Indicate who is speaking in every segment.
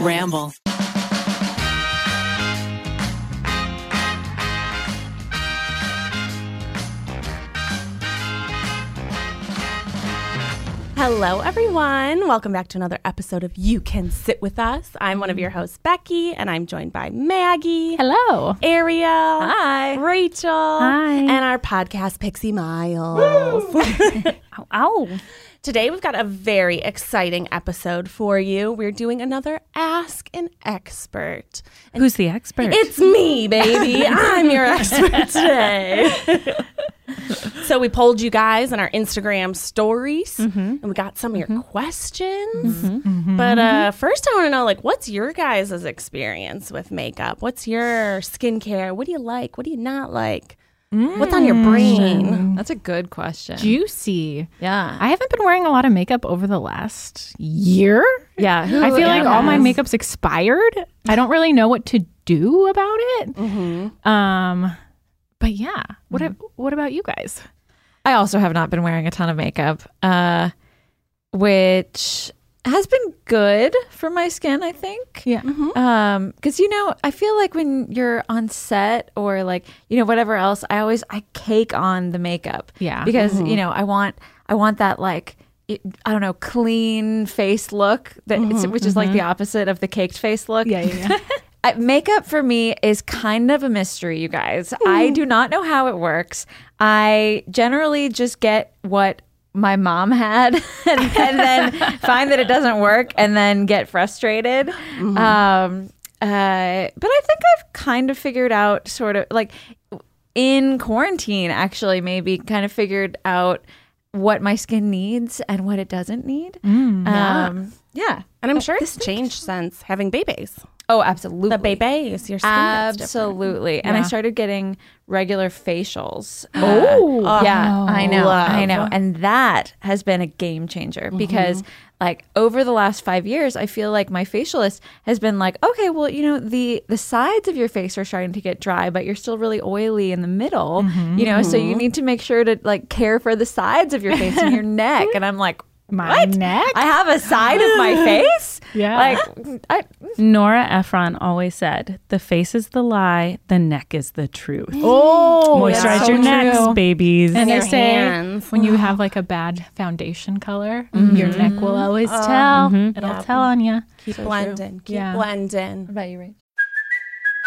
Speaker 1: Ramble.
Speaker 2: Hello, everyone. Welcome back to another episode of You Can Sit With Us. I'm one of your hosts, Becky, and I'm joined by Maggie.
Speaker 3: Hello.
Speaker 2: Ariel.
Speaker 3: Hi.
Speaker 2: Rachel.
Speaker 3: Hi.
Speaker 2: And our podcast, Pixie Miles.
Speaker 3: Ow. ow.
Speaker 2: Today, we've got a very exciting episode for you. We're doing another Ask an Expert.
Speaker 3: Who's the expert?
Speaker 2: It's me, baby. I'm your expert today. so we polled you guys on our Instagram stories, and we got some of your questions. But uh, first, I want to know, like, what's your guys' experience with makeup? What's your skincare? What do you like? What do you not like? What's on your brain?
Speaker 4: That's a good question.
Speaker 3: juicy.
Speaker 4: yeah.
Speaker 3: I haven't been wearing a lot of makeup over the last year.
Speaker 4: yeah. Who
Speaker 3: I feel like all my
Speaker 4: am I?
Speaker 3: makeup's expired. I don't really know what to do about it.
Speaker 5: Mm-hmm.
Speaker 3: Um, but yeah. What ab- what about you guys?
Speaker 4: I also have not been wearing a ton of makeup, uh, which has been good for my skin, I think.
Speaker 3: Yeah.
Speaker 4: Um, because you know, I feel like when you're on set or like you know whatever else, I always I cake on the makeup.
Speaker 3: Yeah.
Speaker 4: because you know I want I want that like it, I don't know clean face look that it's, which is like the opposite of the caked face look.
Speaker 3: Mm-hmm, yeah.
Speaker 4: I- makeup for me is kind of a mystery, you guys.
Speaker 3: Mm.
Speaker 4: I do not know how it works. I generally just get what my mom had and, and then find that it doesn't work and then get frustrated.
Speaker 3: Mm-hmm.
Speaker 4: Um, uh, but I think I've kind of figured out sort of like in quarantine, actually, maybe kind of figured out what my skin needs and what it doesn't need. um, yeah.
Speaker 2: And I'm sure it's changed since having babies.
Speaker 4: Oh, absolutely.
Speaker 2: The babies, your skin. looks different.
Speaker 4: Absolutely. And I
Speaker 3: Yeah.
Speaker 4: started getting regular facials. Oh, yeah. I know. I know. And that has been a game changer because, like, over the last five years, I feel like my facialist has been like, okay, well, you know, the, the sides of your face are starting to get dry, but you're still really oily in the middle, you know, so you need to make sure to, like, care for the sides of your face and your neck. And I'm like,
Speaker 3: My
Speaker 4: what?
Speaker 3: neck?
Speaker 4: I have a side of my face?
Speaker 3: Yeah.
Speaker 4: Like, I,
Speaker 5: Nora Ephron always said, "The face is the lie, the neck is the truth."
Speaker 3: Oh,
Speaker 5: Moisturize your necks, babies.
Speaker 3: And they
Speaker 2: Your
Speaker 3: say
Speaker 2: hands. Mm-hmm.
Speaker 3: when you have like a bad foundation color, your neck will always
Speaker 2: Oh.
Speaker 3: tell. It'll tell on you.
Speaker 2: Keep blending. Keep
Speaker 3: Yeah.
Speaker 2: blending.
Speaker 4: about you, Rach?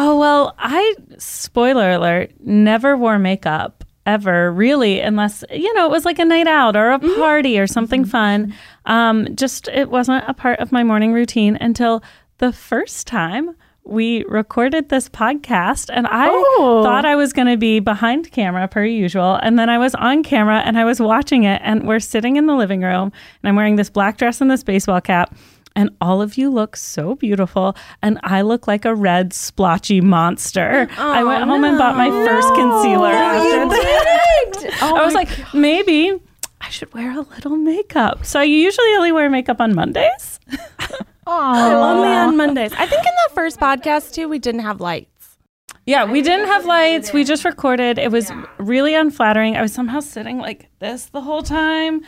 Speaker 5: Oh well, I spoiler alert, never wore makeup ever, really, unless you know it was like a night out or a party or something fun. Um, just it wasn't a part of my morning routine until the first time we recorded this podcast, and I thought I was going to be behind camera per usual, and then I was on camera and I was watching it, and we're sitting in the living room, and I'm wearing this black dress and this baseball cap. And all of you look so beautiful, and I look like a red splotchy monster. I went home and bought my first concealer. after that. I was like, maybe I should wear a little makeup. So you usually only wear makeup on Mondays.
Speaker 2: Only on Mondays. I think in the first podcast too, we didn't have lights.
Speaker 5: Yeah, we didn't have lights. We just recorded. It was really unflattering. I was somehow sitting like this the whole time.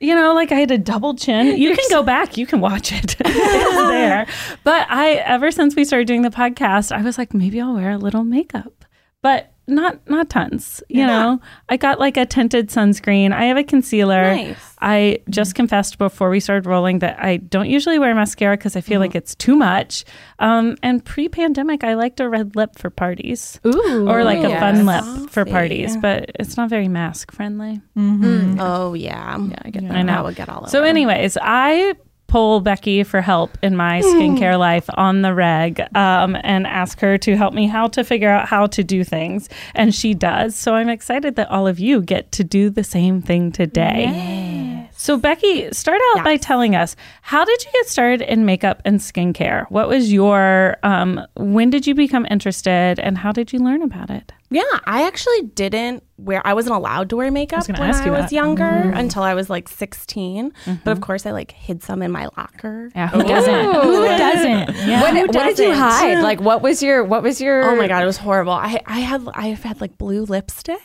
Speaker 5: You know, like I had a double chin. You can go back. You can watch it. it's there. But I, ever since we started doing the podcast, I was like, maybe I'll wear a little makeup, but not not tons. You know, I got like a tinted sunscreen. I have a concealer.
Speaker 2: Nice.
Speaker 5: I just confessed before we started rolling that I don't usually wear mascara because I feel like
Speaker 2: Mm-hmm.
Speaker 5: it's too much. Um, and pre-pandemic, I liked a red lip for parties
Speaker 3: Ooh.
Speaker 5: or like a fun lip
Speaker 2: Yes.
Speaker 5: for
Speaker 2: Coffee.
Speaker 5: parties, but it's not very mask friendly.
Speaker 2: Oh yeah, yeah, I get that.
Speaker 5: I know.
Speaker 2: would get all over.
Speaker 5: So, anyways, I pull Becky for help in my
Speaker 2: Hmm.
Speaker 5: skincare life on the reg um, and ask her to help me how to figure out how to do things. And she does. So, I'm excited that all of you get to do the same thing today. So, Becky, start out by telling us how did you get started in makeup and skincare? What was your, um, when did you become interested and how did you learn about it?
Speaker 2: Yeah, I actually didn't wear. I wasn't allowed to wear makeup
Speaker 3: gonna
Speaker 2: when
Speaker 3: ask
Speaker 2: I
Speaker 3: you
Speaker 2: was
Speaker 3: that.
Speaker 2: younger until I was like 16. But of course, I like hid some in my locker.
Speaker 3: Yeah, who doesn't? Who doesn't? Yeah.
Speaker 4: What, what did you
Speaker 2: doesn't?
Speaker 4: hide? Like, what was your? What was your?
Speaker 2: Oh my god, it was horrible. I I had I've had like blue lipstick,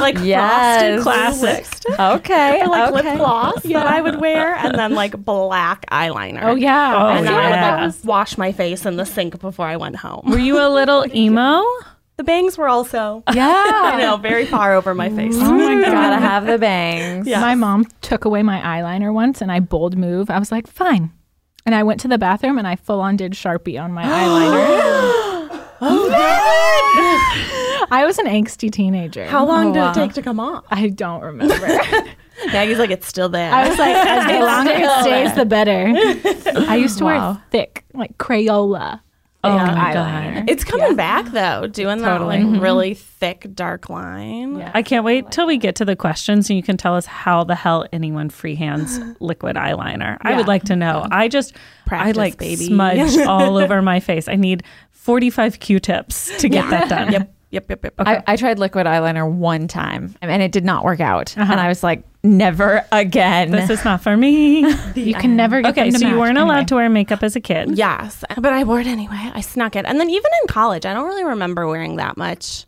Speaker 2: like
Speaker 4: Yes.
Speaker 2: frosted
Speaker 5: Classic.
Speaker 2: blue lipstick,
Speaker 4: Okay.
Speaker 2: or like
Speaker 4: okay.
Speaker 2: lip gloss that I would wear, and then like black eyeliner.
Speaker 3: Oh yeah.
Speaker 5: Oh,
Speaker 2: and then I
Speaker 5: yeah.
Speaker 2: would like wash my face in the sink before I went home.
Speaker 5: Were you a little emo?
Speaker 2: The bangs were also,
Speaker 3: Yeah.
Speaker 2: you know, very far over my face.
Speaker 3: Mm-hmm.
Speaker 4: Oh my god! Gotta have the bangs.
Speaker 3: My mom took away my eyeliner once and I bold move. I was like, fine. And I went to the bathroom and I full on did Sharpie on my eyeliner. I was an angsty teenager.
Speaker 2: How long did it take to come off?
Speaker 3: I don't remember.
Speaker 2: Oh, Maggie's like, it's still there.
Speaker 3: I was like, as the longer it stays, the better. I used to wear thick, like Crayola. Oh
Speaker 5: my
Speaker 3: eyeliner.
Speaker 2: It's coming back though, doing that like really thick dark line.
Speaker 5: I can't wait till we get to the questions and you can tell us how the hell anyone freehands liquid eyeliner. I would like to know. I just,
Speaker 2: Practice,
Speaker 5: I like
Speaker 2: baby.
Speaker 5: smudge all over my face. I need 45 Q tips to get that done.
Speaker 2: Yep, yep, yep, yep.
Speaker 4: I, I tried liquid eyeliner one time and it did not work out, and I was like, never again.
Speaker 5: This is not for me.
Speaker 3: You can never get
Speaker 5: okay,
Speaker 3: them to
Speaker 5: so you
Speaker 3: match.
Speaker 5: weren't allowed
Speaker 3: Anyway.
Speaker 5: to wear makeup as a kid.
Speaker 2: yes, but I wore it anyway. I snuck it. And then even in college, I don't really remember wearing that much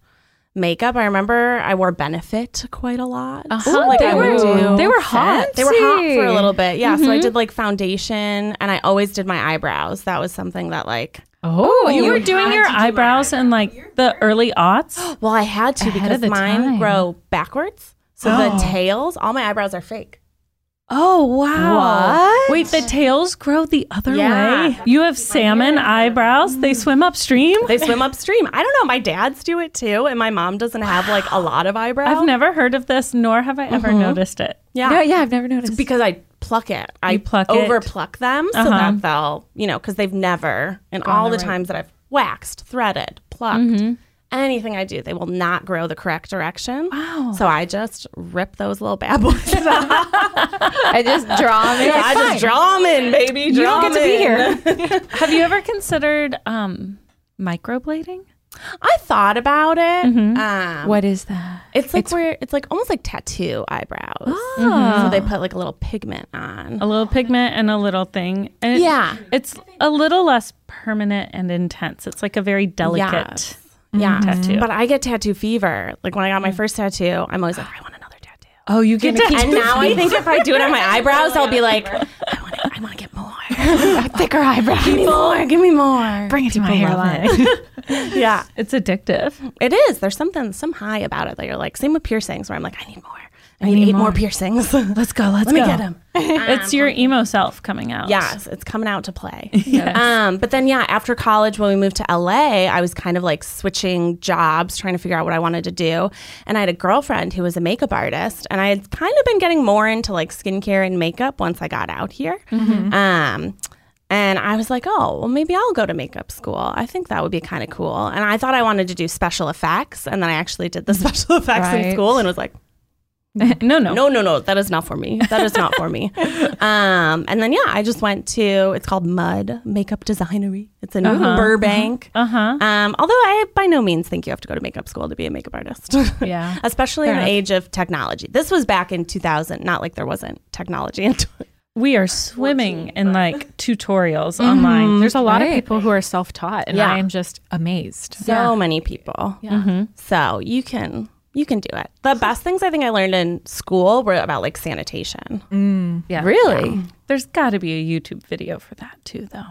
Speaker 2: makeup. I remember I wore Benefit quite a lot. Like
Speaker 4: Uh-huh. They
Speaker 2: I would
Speaker 4: were-
Speaker 2: do-
Speaker 4: they were hot.
Speaker 2: They were hot for a
Speaker 4: Fancy.
Speaker 2: little bit. Yeah, so I did like foundation and I always did my eyebrows. That was something that like
Speaker 5: Oh, you were doing your eyebrows in like the early aughts.
Speaker 2: well, I had to
Speaker 3: Ahead
Speaker 2: because
Speaker 3: of the
Speaker 2: mine
Speaker 3: time.
Speaker 2: grow backwards. So the tails, all my eyebrows are fake.
Speaker 5: Oh wow!
Speaker 4: What?
Speaker 5: Wait, the tails grow the other
Speaker 2: Yeah. Mm.
Speaker 5: way. You have salmon eyebrows. They swim upstream.
Speaker 2: They swim upstream. I don't know. My dads do it too, and my mom doesn't have like a lot of eyebrows.
Speaker 5: I've never heard of this, nor have I ever noticed it.
Speaker 2: Mm-hmm. yeah,
Speaker 4: No, yeah, I've never noticed.
Speaker 2: because I pluck it. I
Speaker 5: You pluck it.
Speaker 2: over pluck them so
Speaker 5: Uh-huh.
Speaker 2: that they'll you know because they've never and all the times that I've waxed, threaded, plucked. Anything I do, they will not grow the correct direction. Wow. So I just rip those little bad boys out.
Speaker 4: I just draw me.
Speaker 2: I just draw them in, baby. Draw
Speaker 4: You don't get to be
Speaker 2: 'em in.
Speaker 4: here.
Speaker 5: Have you ever considered um, microblading?
Speaker 2: I thought about it. Um,
Speaker 4: What is that?
Speaker 2: It's like where it's like almost like tattoo eyebrows. So they put like a little pigment on.
Speaker 5: A little pigment and a little thing. And it-
Speaker 2: Yeah.
Speaker 5: it's a little less permanent and intense. It's like a very delicate.
Speaker 2: Yes. Yeah.
Speaker 5: tattoo.
Speaker 2: But I get tattoo fever. Like when I got my first tattoo, I'm always like, I want another tattoo.
Speaker 5: Oh, you get to
Speaker 2: And now I think if I do it on my eyebrows, I'll be like, I want to I want to get more.
Speaker 3: thicker eyebrows.
Speaker 2: Give me more. Give me more.
Speaker 3: Bring it to my hairline.
Speaker 2: Yeah.
Speaker 5: it's addictive.
Speaker 2: It is. There's something, some high about it that you're like, same with piercings where I'm like, I need more. I need eight more piercings. Let's go. Let's Let me
Speaker 5: go.
Speaker 2: get them.
Speaker 5: It's
Speaker 2: Um,
Speaker 5: your emo self coming out.
Speaker 2: Yes, it's coming out to play. Um, but then, yeah, after college, when we moved to LA, I was kind of like switching jobs, trying to figure out what I wanted to do. And I had a girlfriend who was a makeup artist, and I had kind of been getting more into like skincare and makeup once I got out here. Um, and I was like, oh, well, maybe I'll go to makeup school. I think that would be kind of cool. And I thought I wanted to do special effects. And then I actually did the special effects in
Speaker 4: Right.
Speaker 2: school and was like,
Speaker 5: No, no.
Speaker 2: no, no, no. That is not for me. That is not for me. Um, and then yeah, I just went to it's called Mud Makeup Designery. It's in
Speaker 3: Uh-huh.
Speaker 2: Burbank.
Speaker 5: Uh huh.
Speaker 2: Um, although I by no means think you have to go to makeup school to be a makeup artist.
Speaker 3: Yeah.
Speaker 2: Especially in the age of technology. This was back in 2000, not like there wasn't technology. in tw-
Speaker 5: We are swimming in like tutorials online.
Speaker 3: There's a lot of people who are self taught, and
Speaker 2: Mm-hmm. Yeah.
Speaker 3: I am just amazed.
Speaker 2: so many people.
Speaker 3: Yeah.
Speaker 2: So you can you can do it. The best things I think I learned in school were about like sanitation.
Speaker 4: Really?
Speaker 5: There's got to be a YouTube video for that too, though.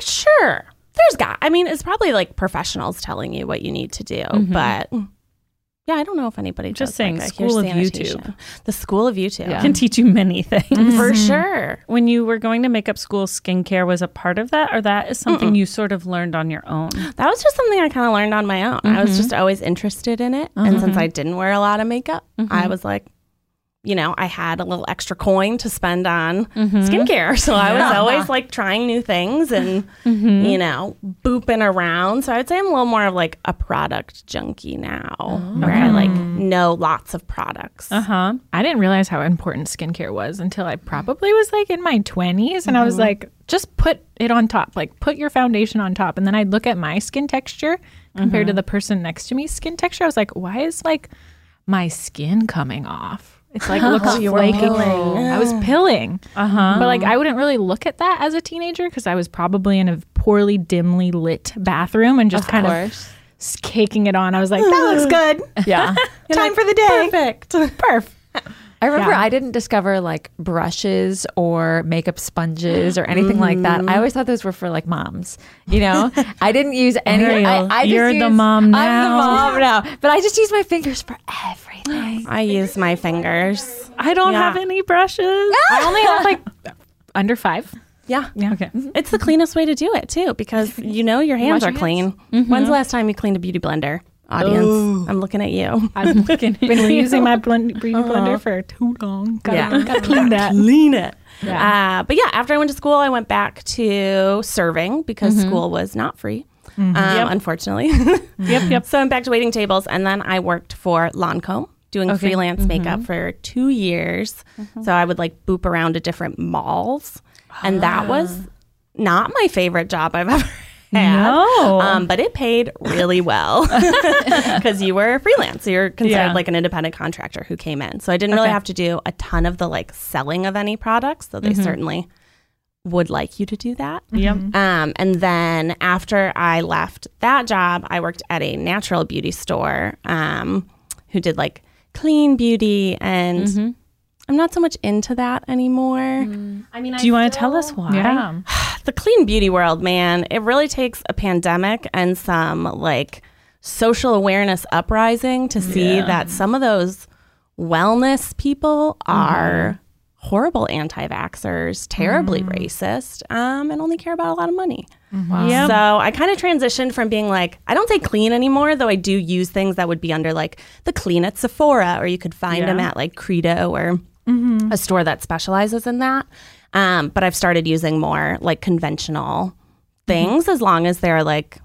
Speaker 2: Sure. There's got. I mean, it's probably like professionals telling you what you need to do, but yeah, I don't know if anybody
Speaker 5: Mm-hmm. Mm. Just
Speaker 2: does,
Speaker 5: saying,
Speaker 2: like, a huge
Speaker 5: school of
Speaker 2: sanitation.
Speaker 5: YouTube.
Speaker 2: the school of YouTube,
Speaker 5: Can teach you many things.
Speaker 2: Mm-hmm. for sure.
Speaker 5: When you were going to makeup school, skincare was a part of that, or that is something you sort of learned on your own.
Speaker 2: That was just something I kind of learned on my Uh-huh. Mm-hmm. own. I was just always interested in it, and since I didn't wear a lot of makeup, I was like, you know, I had a little extra coin to spend on skincare. So I was always like trying new things and, you know, booping around. So I would say I'm a little more of like a product junkie now, where I like know lots of products.
Speaker 5: Uh huh.
Speaker 3: I didn't realize how important skincare was until I probably was like in my 20s and I was like, just put it on top, like put your foundation on top. And then I'd look at my skin texture compared to the person next to me's skin texture. I was like, why is like my skin coming off? It's like looks flaky. I was pilling. Uh-huh. But like I wouldn't really look at that as a teenager because I was probably in a poorly dimly lit bathroom and just kind of s- caking it on. I was like, that looks good.
Speaker 4: Yeah.
Speaker 3: Time for the day.
Speaker 2: Perfect.
Speaker 3: Perf.
Speaker 4: I remember I didn't discover like brushes or makeup sponges or anything like that. I always thought those were for like moms. You know, I didn't use any. I,
Speaker 5: Ariel,
Speaker 4: I just
Speaker 5: you're the
Speaker 4: use-
Speaker 5: mom
Speaker 4: I'm the
Speaker 5: now.
Speaker 4: mom now, but I just use my fingers for everything.
Speaker 2: I use my fingers.
Speaker 5: I don't
Speaker 2: Yeah.
Speaker 5: have any brushes.
Speaker 3: I only have like under five.
Speaker 2: Yeah.
Speaker 5: yeah. Okay.
Speaker 2: It's the cleanest way to do it too, because you know your hands Mm-hmm. are clean. When's the last time you cleaned a beauty blender? Audience, I'm looking at you.
Speaker 3: I've been reusing my blend, beauty blender for too long. Gotta,
Speaker 2: Yeah.
Speaker 3: gotta clean that.
Speaker 2: Clean it. Uh, but yeah, after I went to school, I went back to serving because
Speaker 5: Mm-hmm.
Speaker 2: school was not free, um, unfortunately.
Speaker 5: Yep. Yep.
Speaker 2: so I went back to waiting tables, and then I worked for Lancome doing freelance
Speaker 5: Mm-hmm.
Speaker 2: makeup for two years. So I would like boop around to different malls, and that was
Speaker 5: Ah.
Speaker 2: not my favorite job I've ever had.
Speaker 5: No.
Speaker 2: Um, but it paid really well because you were a freelance. So you're considered
Speaker 5: Yeah.
Speaker 2: like an independent contractor who came in. So I didn't really have to do a ton of the like selling of any products, though they certainly would like you to do that.
Speaker 5: Mm-hmm. Yep.
Speaker 2: Um, and then after I left that job, I worked at a natural beauty store um, who did like clean beauty. And
Speaker 5: Mm-hmm.
Speaker 2: I'm not so much into that anymore. I mean,
Speaker 5: Do you want to tell us why?
Speaker 3: Yeah.
Speaker 2: the clean beauty world, man, it really takes a pandemic and some like social awareness uprising to see that some of those wellness people are horrible anti vaxxers, terribly racist, um, and only care about a lot of money.
Speaker 5: Yep.
Speaker 2: So I kind of transitioned from being like, I don't say clean anymore, though I do use things that would be under like the clean at Sephora, or you could find them at like Credo or a store that specializes in that. Um, but I've started using more like conventional things as long as they're like,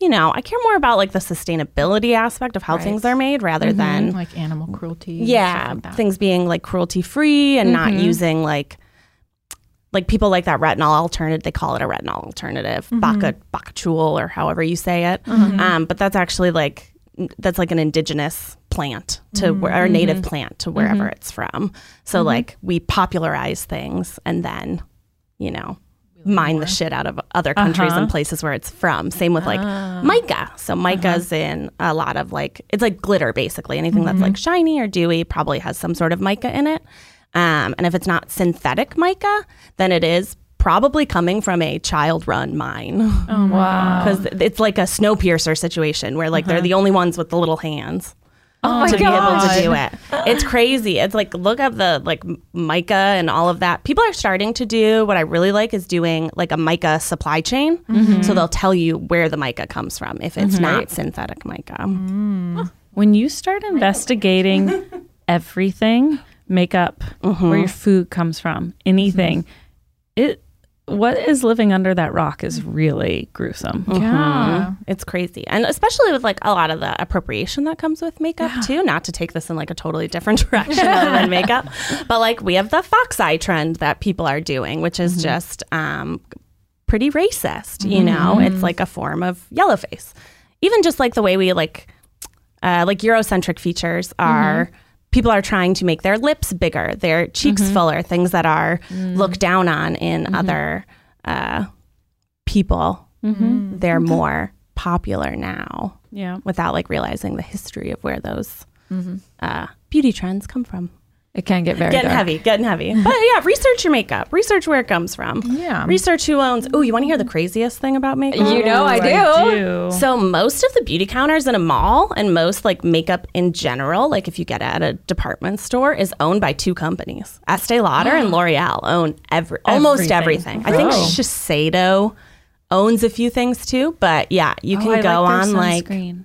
Speaker 2: you know, I care more about like the sustainability aspect of how things are made rather than
Speaker 3: Like animal cruelty. and
Speaker 2: yeah
Speaker 3: stuff like that. Mm-hmm.
Speaker 2: things being like cruelty free and not using like like people like that retinol alternative they call it a retinol alternative
Speaker 3: Mm-hmm.
Speaker 2: baca bacachul or however you say it um, but that's actually like that's like an indigenous plant to where
Speaker 3: Mm-hmm.
Speaker 2: or native plant to wherever it's from so like we popularize things and then you know mine the shit out of other countries and places where it's from. Same with like mica. So mica's in a lot of like it's like glitter basically. Anything that's like shiny or dewy probably has some sort of mica in it. Um, and if it's not synthetic mica, then it is probably coming from a child-run mine
Speaker 4: Wow.
Speaker 2: because it's like a snowpiercer situation where like they're the only ones with the little hands
Speaker 4: Oh my
Speaker 2: to
Speaker 4: god.
Speaker 2: be able to do it. It's crazy. It's like look up the like mica and all of that. People are starting to do what I really like is doing like a mica supply chain.
Speaker 4: Mm-hmm.
Speaker 2: So they'll tell you where the mica comes from if it's not synthetic mica.
Speaker 5: When you start investigating everything, makeup, where your food comes from, anything, it what is living under that rock is really gruesome.
Speaker 3: Yeah.
Speaker 2: It's crazy. And especially with like a lot of the appropriation that comes with makeup too, not to take this in like a totally different direction other than makeup, but like we have the fox eye trend that people are doing, which is just um pretty racist, you know? It's like a form of yellow face. Even just like the way we like uh, like Eurocentric features are people are trying to make their lips bigger, their cheeks fuller, things that are looked down on in other uh, people. They're more popular now
Speaker 5: Yeah.
Speaker 2: without like realizing the history of where those uh, beauty trends come from.
Speaker 4: It can get very
Speaker 2: Getting
Speaker 4: dark.
Speaker 2: heavy, getting heavy. But yeah, research your makeup, research where it comes from.
Speaker 3: Yeah.
Speaker 2: Research who owns. Oh, you want to hear the craziest thing about makeup?
Speaker 4: You
Speaker 3: Oh,
Speaker 4: know I do.
Speaker 5: do.
Speaker 2: So most of the beauty counters in a mall and most like makeup in general, like if you get it at a department store, is owned by two companies. Estee Lauder and L'Oreal own every almost everything.
Speaker 5: Everything.
Speaker 2: I think
Speaker 5: Wow.
Speaker 2: Shiseido owns a few things too, but yeah, you can
Speaker 5: Oh, I
Speaker 2: go
Speaker 5: like
Speaker 2: on
Speaker 5: their
Speaker 2: like
Speaker 5: sunscreen.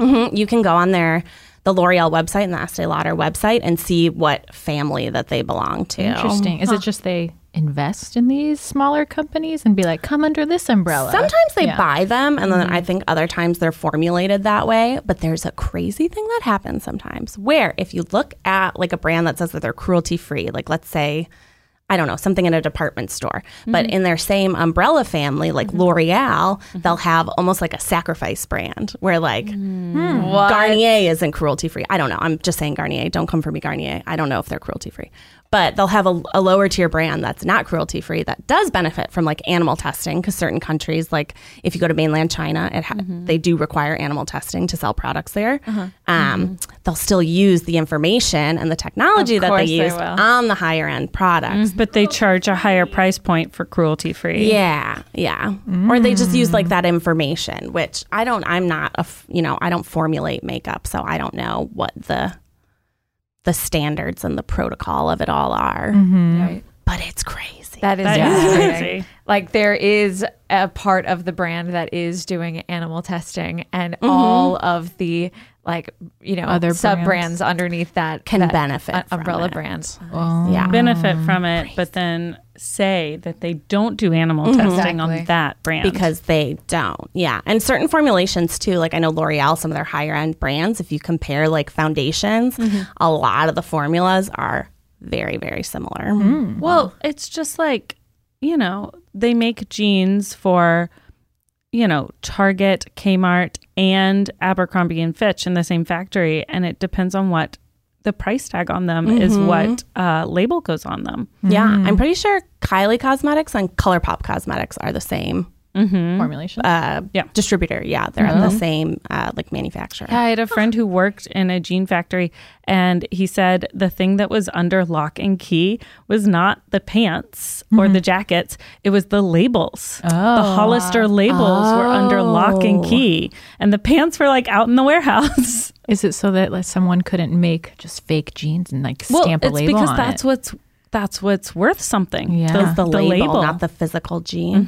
Speaker 2: Mhm. you can go on their the L'Oreal website and the Estee Lauder website and see what family that they belong to.
Speaker 3: Interesting. Is it just they invest in these smaller companies and be like, come under this umbrella?
Speaker 2: Sometimes they buy them, and then I think other times they're formulated that way. But there's a crazy thing that happens sometimes where if you look at like a brand that says that they're cruelty free, like let's say, I don't know, something in a department store, but in their same umbrella family, like L'Oreal, they'll have almost like a sacrifice brand where like Garnier isn't cruelty free. I don't know. I'm just saying Garnier. Don't come for me, Garnier. I don't know if they're cruelty free. But they'll have a, a lower tier brand that's not cruelty free that does benefit from like animal testing because certain countries, like if you go to mainland China, it ha-
Speaker 4: Mm-hmm.
Speaker 2: they do require animal testing to sell products there.
Speaker 4: Uh-huh.
Speaker 2: Um, They'll still use the information and the technology that they
Speaker 4: Mm-hmm. course they
Speaker 2: use
Speaker 4: will.
Speaker 2: on the higher end products.
Speaker 5: But they charge a higher price point for cruelty free.
Speaker 2: Yeah, yeah. Or they just use like that information, which I don't. I'm not a f- you know I don't formulate makeup, so I don't know what the the standards and the protocol of it all are.
Speaker 4: Right.
Speaker 2: But it's crazy.
Speaker 4: That is
Speaker 5: That is
Speaker 4: fascinating.
Speaker 5: crazy.
Speaker 4: Like there is a part of the brand that is doing animal testing, and all of the like you know
Speaker 3: Other
Speaker 4: sub brands underneath that
Speaker 2: Can
Speaker 4: that
Speaker 2: benefit
Speaker 4: u-
Speaker 2: from
Speaker 4: umbrella
Speaker 2: it.
Speaker 4: brand.
Speaker 2: yeah.
Speaker 5: Benefit from it, but then say that they don't do animal testing
Speaker 4: Exactly.
Speaker 5: on that brand.
Speaker 2: because they don't. Yeah. And certain formulations too, like I know L'Oreal, some of their higher end brands, if you compare like foundations, a lot of the formulas are very, very similar.
Speaker 5: Well, it's just like, you know, they make jeans for, you know, Target, Kmart, and Abercrombie and Fitch in the same factory, and it depends on what the price tag on them is what uh, label goes on them.
Speaker 2: Yeah. I'm pretty sure Kylie Cosmetics and ColourPop Cosmetics are the same
Speaker 3: formulation.
Speaker 2: uh,
Speaker 5: Yeah.
Speaker 2: distributor. Yeah, they're at the same uh, like manufacturer.
Speaker 5: I had a friend who worked in a jean factory, and he said the thing that was under lock and key was not the pants or
Speaker 3: Mm-hmm.
Speaker 5: the jackets; it was the labels. The
Speaker 3: Oh.
Speaker 5: Hollister labels were under lock and key, and the pants were like out in the warehouse.
Speaker 3: Is it so that like, someone couldn't make just fake jeans and like stamp a
Speaker 5: it's
Speaker 3: label
Speaker 5: because
Speaker 3: on
Speaker 5: that's
Speaker 3: it?
Speaker 5: what's that's what's worth something.
Speaker 3: Yeah.
Speaker 5: the,
Speaker 2: It's the,
Speaker 5: the
Speaker 2: label,
Speaker 5: label.
Speaker 2: not the physical gene.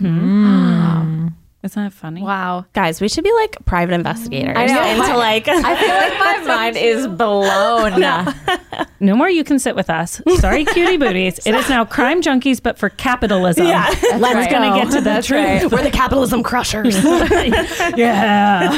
Speaker 5: Isn't that funny?
Speaker 4: Wow.
Speaker 2: Guys, we should be like private investigators
Speaker 4: I know.
Speaker 2: into like
Speaker 4: I feel like my mind is blown.
Speaker 5: No more. You can sit with us. Sorry, cutie booties. It is now crime junkies, but for capitalism. Yeah, let's
Speaker 4: right.
Speaker 5: gonna get to the
Speaker 4: That's
Speaker 5: truth.
Speaker 4: right.
Speaker 2: we're the capitalism crushers.
Speaker 5: yeah.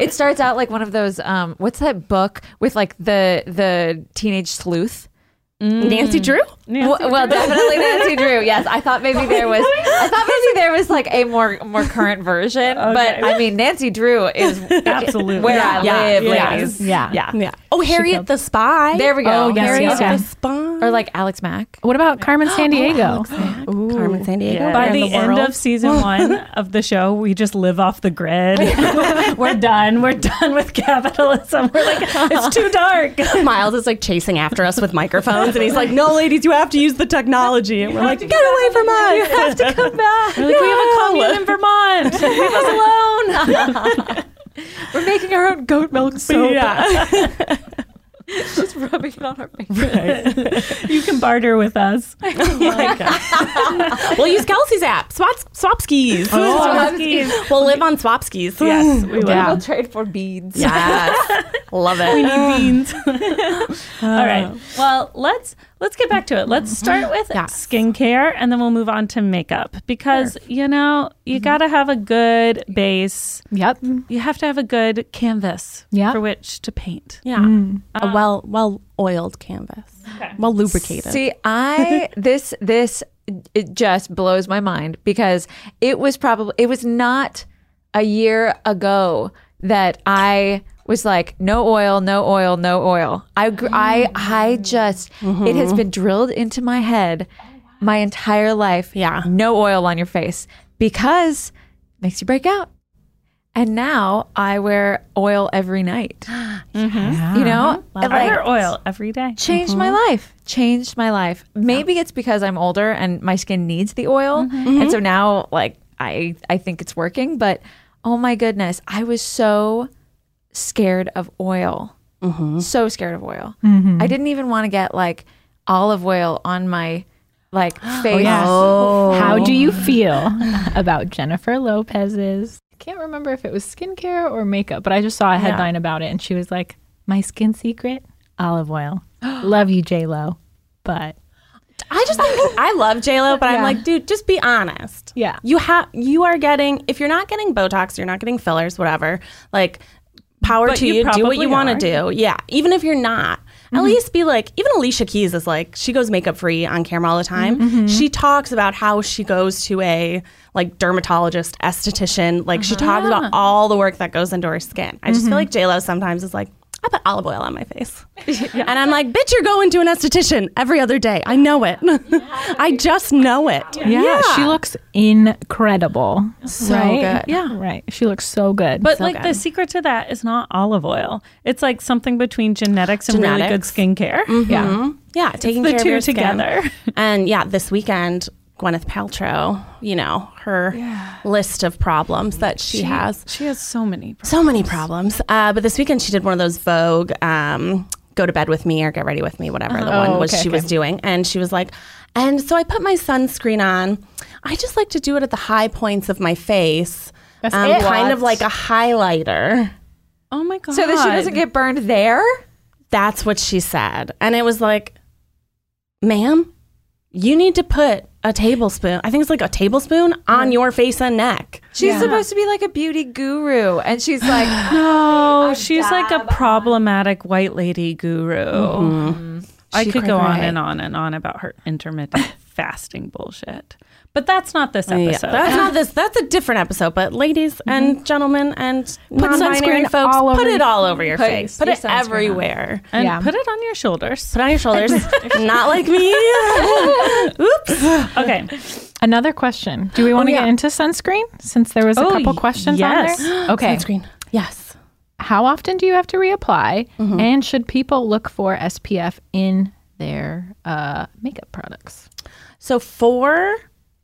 Speaker 4: It starts out like one of those um what's that book with like the the teenage sleuth?
Speaker 2: Nancy Drew.
Speaker 4: Well, well, definitely Nancy Drew. Yes, I thought maybe there was. I thought maybe there was like a more more current version. But I mean, Nancy Drew is
Speaker 5: Absolutely.
Speaker 4: where I
Speaker 2: Yeah,
Speaker 4: live,
Speaker 2: yeah.
Speaker 4: ladies.
Speaker 3: Yeah.
Speaker 4: yeah.
Speaker 2: Yeah. Oh, Harriet the Spy.
Speaker 4: There we go.
Speaker 3: Oh, yes,
Speaker 4: Harriet
Speaker 3: yes,
Speaker 4: the
Speaker 3: yes.
Speaker 2: Spy.
Speaker 4: Or like Alex Mack.
Speaker 3: What about Carmen San Diego?
Speaker 2: Carmen San Diego.
Speaker 5: By the,
Speaker 2: Bear in
Speaker 5: end
Speaker 2: World.
Speaker 5: of season one of the show, we just live off the grid. We're done. We're done with capitalism. We're like, it's too dark.
Speaker 2: Miles is like chasing after us with microphones, and he's like, "No, ladies, you have to use the technology." And we're like, "Get away from us! You have to come back."
Speaker 5: We're like, we have a commune in Vermont. Leave us alone.
Speaker 4: We're making our own goat milk soap.
Speaker 5: Yeah.
Speaker 4: Just rubbing it on our face.
Speaker 5: You can barter with us.
Speaker 2: We'll use Kelsey's app. Swap swap skis.
Speaker 5: Oh.
Speaker 2: We'll live on swap skis.
Speaker 5: Yes, we will.
Speaker 4: We'll trade for beads.
Speaker 2: Yes. Love it.
Speaker 5: All right. Well, let's let's get back to it. Let's start with skincare and then we'll move on to makeup because you know, you got to have a good base.
Speaker 3: Yep.
Speaker 5: You have to have a good canvas
Speaker 3: Yeah.
Speaker 5: for which to paint.
Speaker 2: Yeah. A well well oiled canvas. Well lubricated.
Speaker 4: See, I this this it just blows my mind because it was probably it was not a year ago that I was like no oil, no oil, no oil. I gr- I I just it has been drilled into my head my entire life.
Speaker 2: Yeah.
Speaker 4: No oil on your face because it makes you break out. And now I wear oil every night. You know? And
Speaker 5: I
Speaker 4: like-
Speaker 5: wear oil every day.
Speaker 4: changed my
Speaker 5: Mm-hmm.
Speaker 4: life changed my life maybe it's because i'm older and my skin needs the oil
Speaker 5: Mm-hmm.
Speaker 4: and so now like i i think it's working but oh my goodness i was so scared of oil so scared of oil
Speaker 5: Mm-hmm.
Speaker 4: i didn't even want to get like olive oil on my like face
Speaker 5: Oh,
Speaker 3: How do you feel about Jennifer Lopez's? I can't remember if it was skincare or makeup, but I just saw a headline about it and she was like, My skin secret: olive oil. Love you, J Lo, but
Speaker 2: I just think I love J Lo, but I'm like, dude, just be honest.
Speaker 3: Yeah.
Speaker 2: you have you are getting if you're not getting Botox, you're not getting fillers, whatever. Like, power
Speaker 5: But
Speaker 2: to
Speaker 5: you
Speaker 2: you, do what
Speaker 5: probably
Speaker 2: you want
Speaker 5: are.
Speaker 2: to do. Yeah, even if you're not.
Speaker 5: Mm-hmm.
Speaker 2: At least be like, even Alicia Keys is like, she goes makeup free on camera all the time.
Speaker 5: Mm-hmm,
Speaker 2: She talks about how she goes to a like dermatologist, esthetician. Like she talks
Speaker 5: Ah.
Speaker 2: about all the work that goes into her skin. I just
Speaker 5: Mm-hmm.
Speaker 2: feel like J Lo sometimes is like, I put olive oil on my face. And I'm like, bitch, you're going to an esthetician every other day. I know it. I just know it.
Speaker 3: yeah, she looks incredible. So
Speaker 2: good.
Speaker 3: Yeah, right. She looks so good.
Speaker 5: But like the secret to that is not olive oil. It's like something between genetics and really good
Speaker 2: Genetics.
Speaker 5: skincare.
Speaker 3: yeah,
Speaker 2: Yeah, taking
Speaker 5: the
Speaker 2: care of
Speaker 5: two
Speaker 2: your skin.
Speaker 5: together.
Speaker 2: and yeah, this weekend, Gwyneth Paltrow, you know, her list of problems that she, has.
Speaker 5: She has so many.
Speaker 2: So many problems. Uh, but this weekend, she did one of those Vogue. Um, Go to bed with me or get ready with me, whatever the one was she was doing. And she was like, and so I put my sunscreen on. I just like to do it at the high points of my face. That's um,
Speaker 4: it.
Speaker 2: kind of like
Speaker 4: What?
Speaker 2: a highlighter.
Speaker 5: Oh my god!
Speaker 4: So that she doesn't get burned there?
Speaker 2: That's what she said. And it was like, ma'am, you need to put a tablespoon, I think it's like a tablespoon, on your face and neck.
Speaker 4: She's supposed to be like a beauty guru. And she's like,
Speaker 5: No, she's like a problematic white lady guru. I could go on and on and on about her intermittent fasting bullshit, but that's not this
Speaker 2: Yeah,
Speaker 5: episode.
Speaker 2: that's not this. That's a different episode. But ladies and gentlemen and put
Speaker 3: sunscreen
Speaker 2: folks,
Speaker 3: all
Speaker 2: put
Speaker 3: over
Speaker 2: it
Speaker 3: your-
Speaker 2: all over your
Speaker 4: Put
Speaker 2: face. Put
Speaker 4: your
Speaker 2: it
Speaker 4: sunscreen on.
Speaker 2: everywhere.
Speaker 5: and
Speaker 3: Yeah.
Speaker 5: put it on your shoulders.
Speaker 2: Put it on your shoulders. Not like me. Oops.
Speaker 5: Okay.
Speaker 3: Another question. Do we want to get into sunscreen since there was a
Speaker 5: Oh,
Speaker 3: couple
Speaker 5: y-
Speaker 3: questions
Speaker 5: yes.
Speaker 3: on there? Okay.
Speaker 2: Sunscreen. Yes.
Speaker 3: How often do you have to reapply? And should people look for SPF in their uh, makeup products?
Speaker 2: So for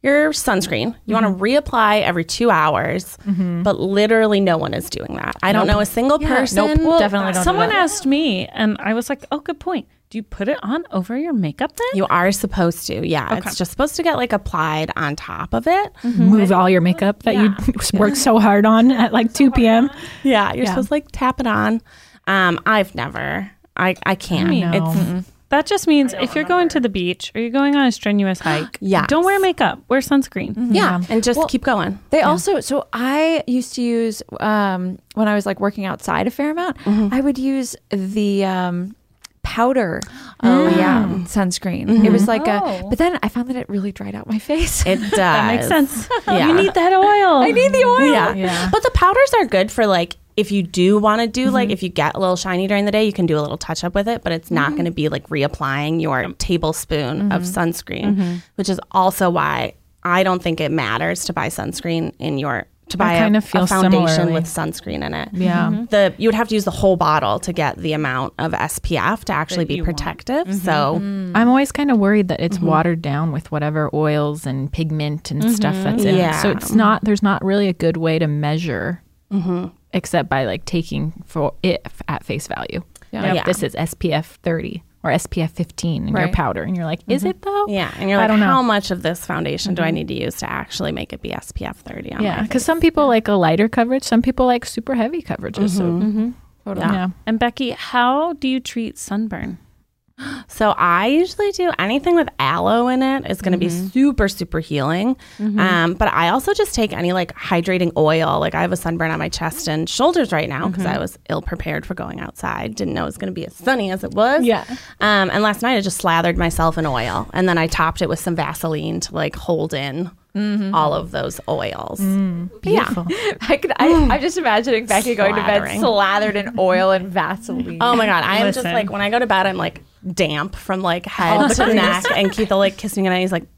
Speaker 2: your sunscreen, you want to reapply every two hours, but literally no one is doing that. I don't know a single person.
Speaker 4: nope, definitely don't.
Speaker 5: Someone
Speaker 4: do that.
Speaker 5: asked me, and I was like, "Oh, good point. Do you put it on over your makeup then?"
Speaker 2: You are supposed to, yeah. It's just supposed to get like applied on top of it.
Speaker 5: Mm-hmm.
Speaker 3: Move all your makeup that you worked so hard on at like 2 p.m.
Speaker 2: Yeah, you're supposed to like tap it on. Um, I've never, I, I can't. It's
Speaker 5: That just means if you're going to the beach or you're going on a strenuous hike,
Speaker 2: Yes.
Speaker 5: don't wear makeup. Wear sunscreen.
Speaker 4: Mm-hmm.
Speaker 2: yeah, and just keep going.
Speaker 4: They also, so I used to use, um, when I was like working outside a fair amount, I would use the um, powder. Oh, yeah. Sunscreen. It was like a, but then I found that it really dried out my face.
Speaker 2: It does.
Speaker 5: That makes sense.
Speaker 2: Yeah.
Speaker 5: You need that oil. I need the oil.
Speaker 2: Yeah. but the powders are good for like if you do want to do
Speaker 3: Mm-hmm.
Speaker 2: like if you get a little shiny during the day, you can do a little touch up with it, but it's
Speaker 3: Mm-hmm.
Speaker 2: not going to be like reapplying your tablespoon of sunscreen,
Speaker 3: Mm-hmm.
Speaker 2: which is also why I don't think it matters to buy sunscreen in your to buy
Speaker 3: kind
Speaker 2: a,
Speaker 3: of feel
Speaker 2: a foundation
Speaker 3: similarly.
Speaker 2: with sunscreen in it.
Speaker 3: Yeah.
Speaker 2: the you would have to use the whole bottle to get the amount of SPF to actually be protective.
Speaker 3: Mm-hmm.
Speaker 2: So
Speaker 3: I'm always kind of worried that it's watered down with whatever oils and pigment and stuff that's in
Speaker 2: Yeah.
Speaker 3: it. So it's not there's not really a good way to measure except by like taking for it f- at face value. Like
Speaker 2: Yeah.
Speaker 3: this is SPF 30 or SPF 15 in your powder and you're like, is it though?
Speaker 2: yeah, and you're
Speaker 3: I
Speaker 2: like,
Speaker 3: don't know. Mm-hmm.
Speaker 2: how much of this foundation do I need to use to actually make it be SPF 30? On
Speaker 3: Yeah, because some people like a lighter coverage, some people like super heavy coverages. So totally. Yeah.
Speaker 5: And Becky, how do you treat sunburn?
Speaker 2: So I usually do anything with aloe in it is going to be super super healing. Um, but I also just take any like hydrating oil. Like I have a sunburn on my chest and shoulders right now because I was ill prepared for going outside. Didn't know it was going to be as sunny as it was.
Speaker 3: Yeah.
Speaker 2: Um, and last night I just slathered myself in oil and then I topped it with some Vaseline to like hold in all of those oils.
Speaker 3: Beautiful.
Speaker 4: I could, I, I'm just imagining Becky going to bed
Speaker 2: Slathering.
Speaker 4: slathered in oil and Vaseline.
Speaker 2: Oh my god, I am just
Speaker 5: Listen.
Speaker 2: like when I go to bed, I'm like damp from like head to neck, and Keith will like kiss me and he's like,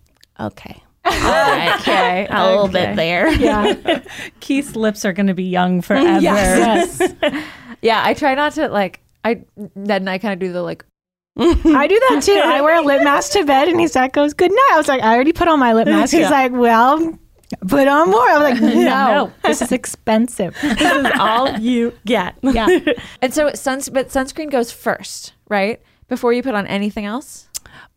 Speaker 2: okay,
Speaker 4: okay.
Speaker 2: a little bit there.
Speaker 5: Keith's lips are going to be young forever.
Speaker 4: Yeah, I try not to like. I Ned and I kind of do the like.
Speaker 3: I do that too. I wear a lip mask to bed, and his dad goes, "Good night." I was like, "I already put on my lip mask." He's like, "Well, put on more." I was like, "No, this is expensive."
Speaker 2: this is all you get. Yeah.
Speaker 4: And so suns, but sunscreen goes first, right? Before you put on anything else.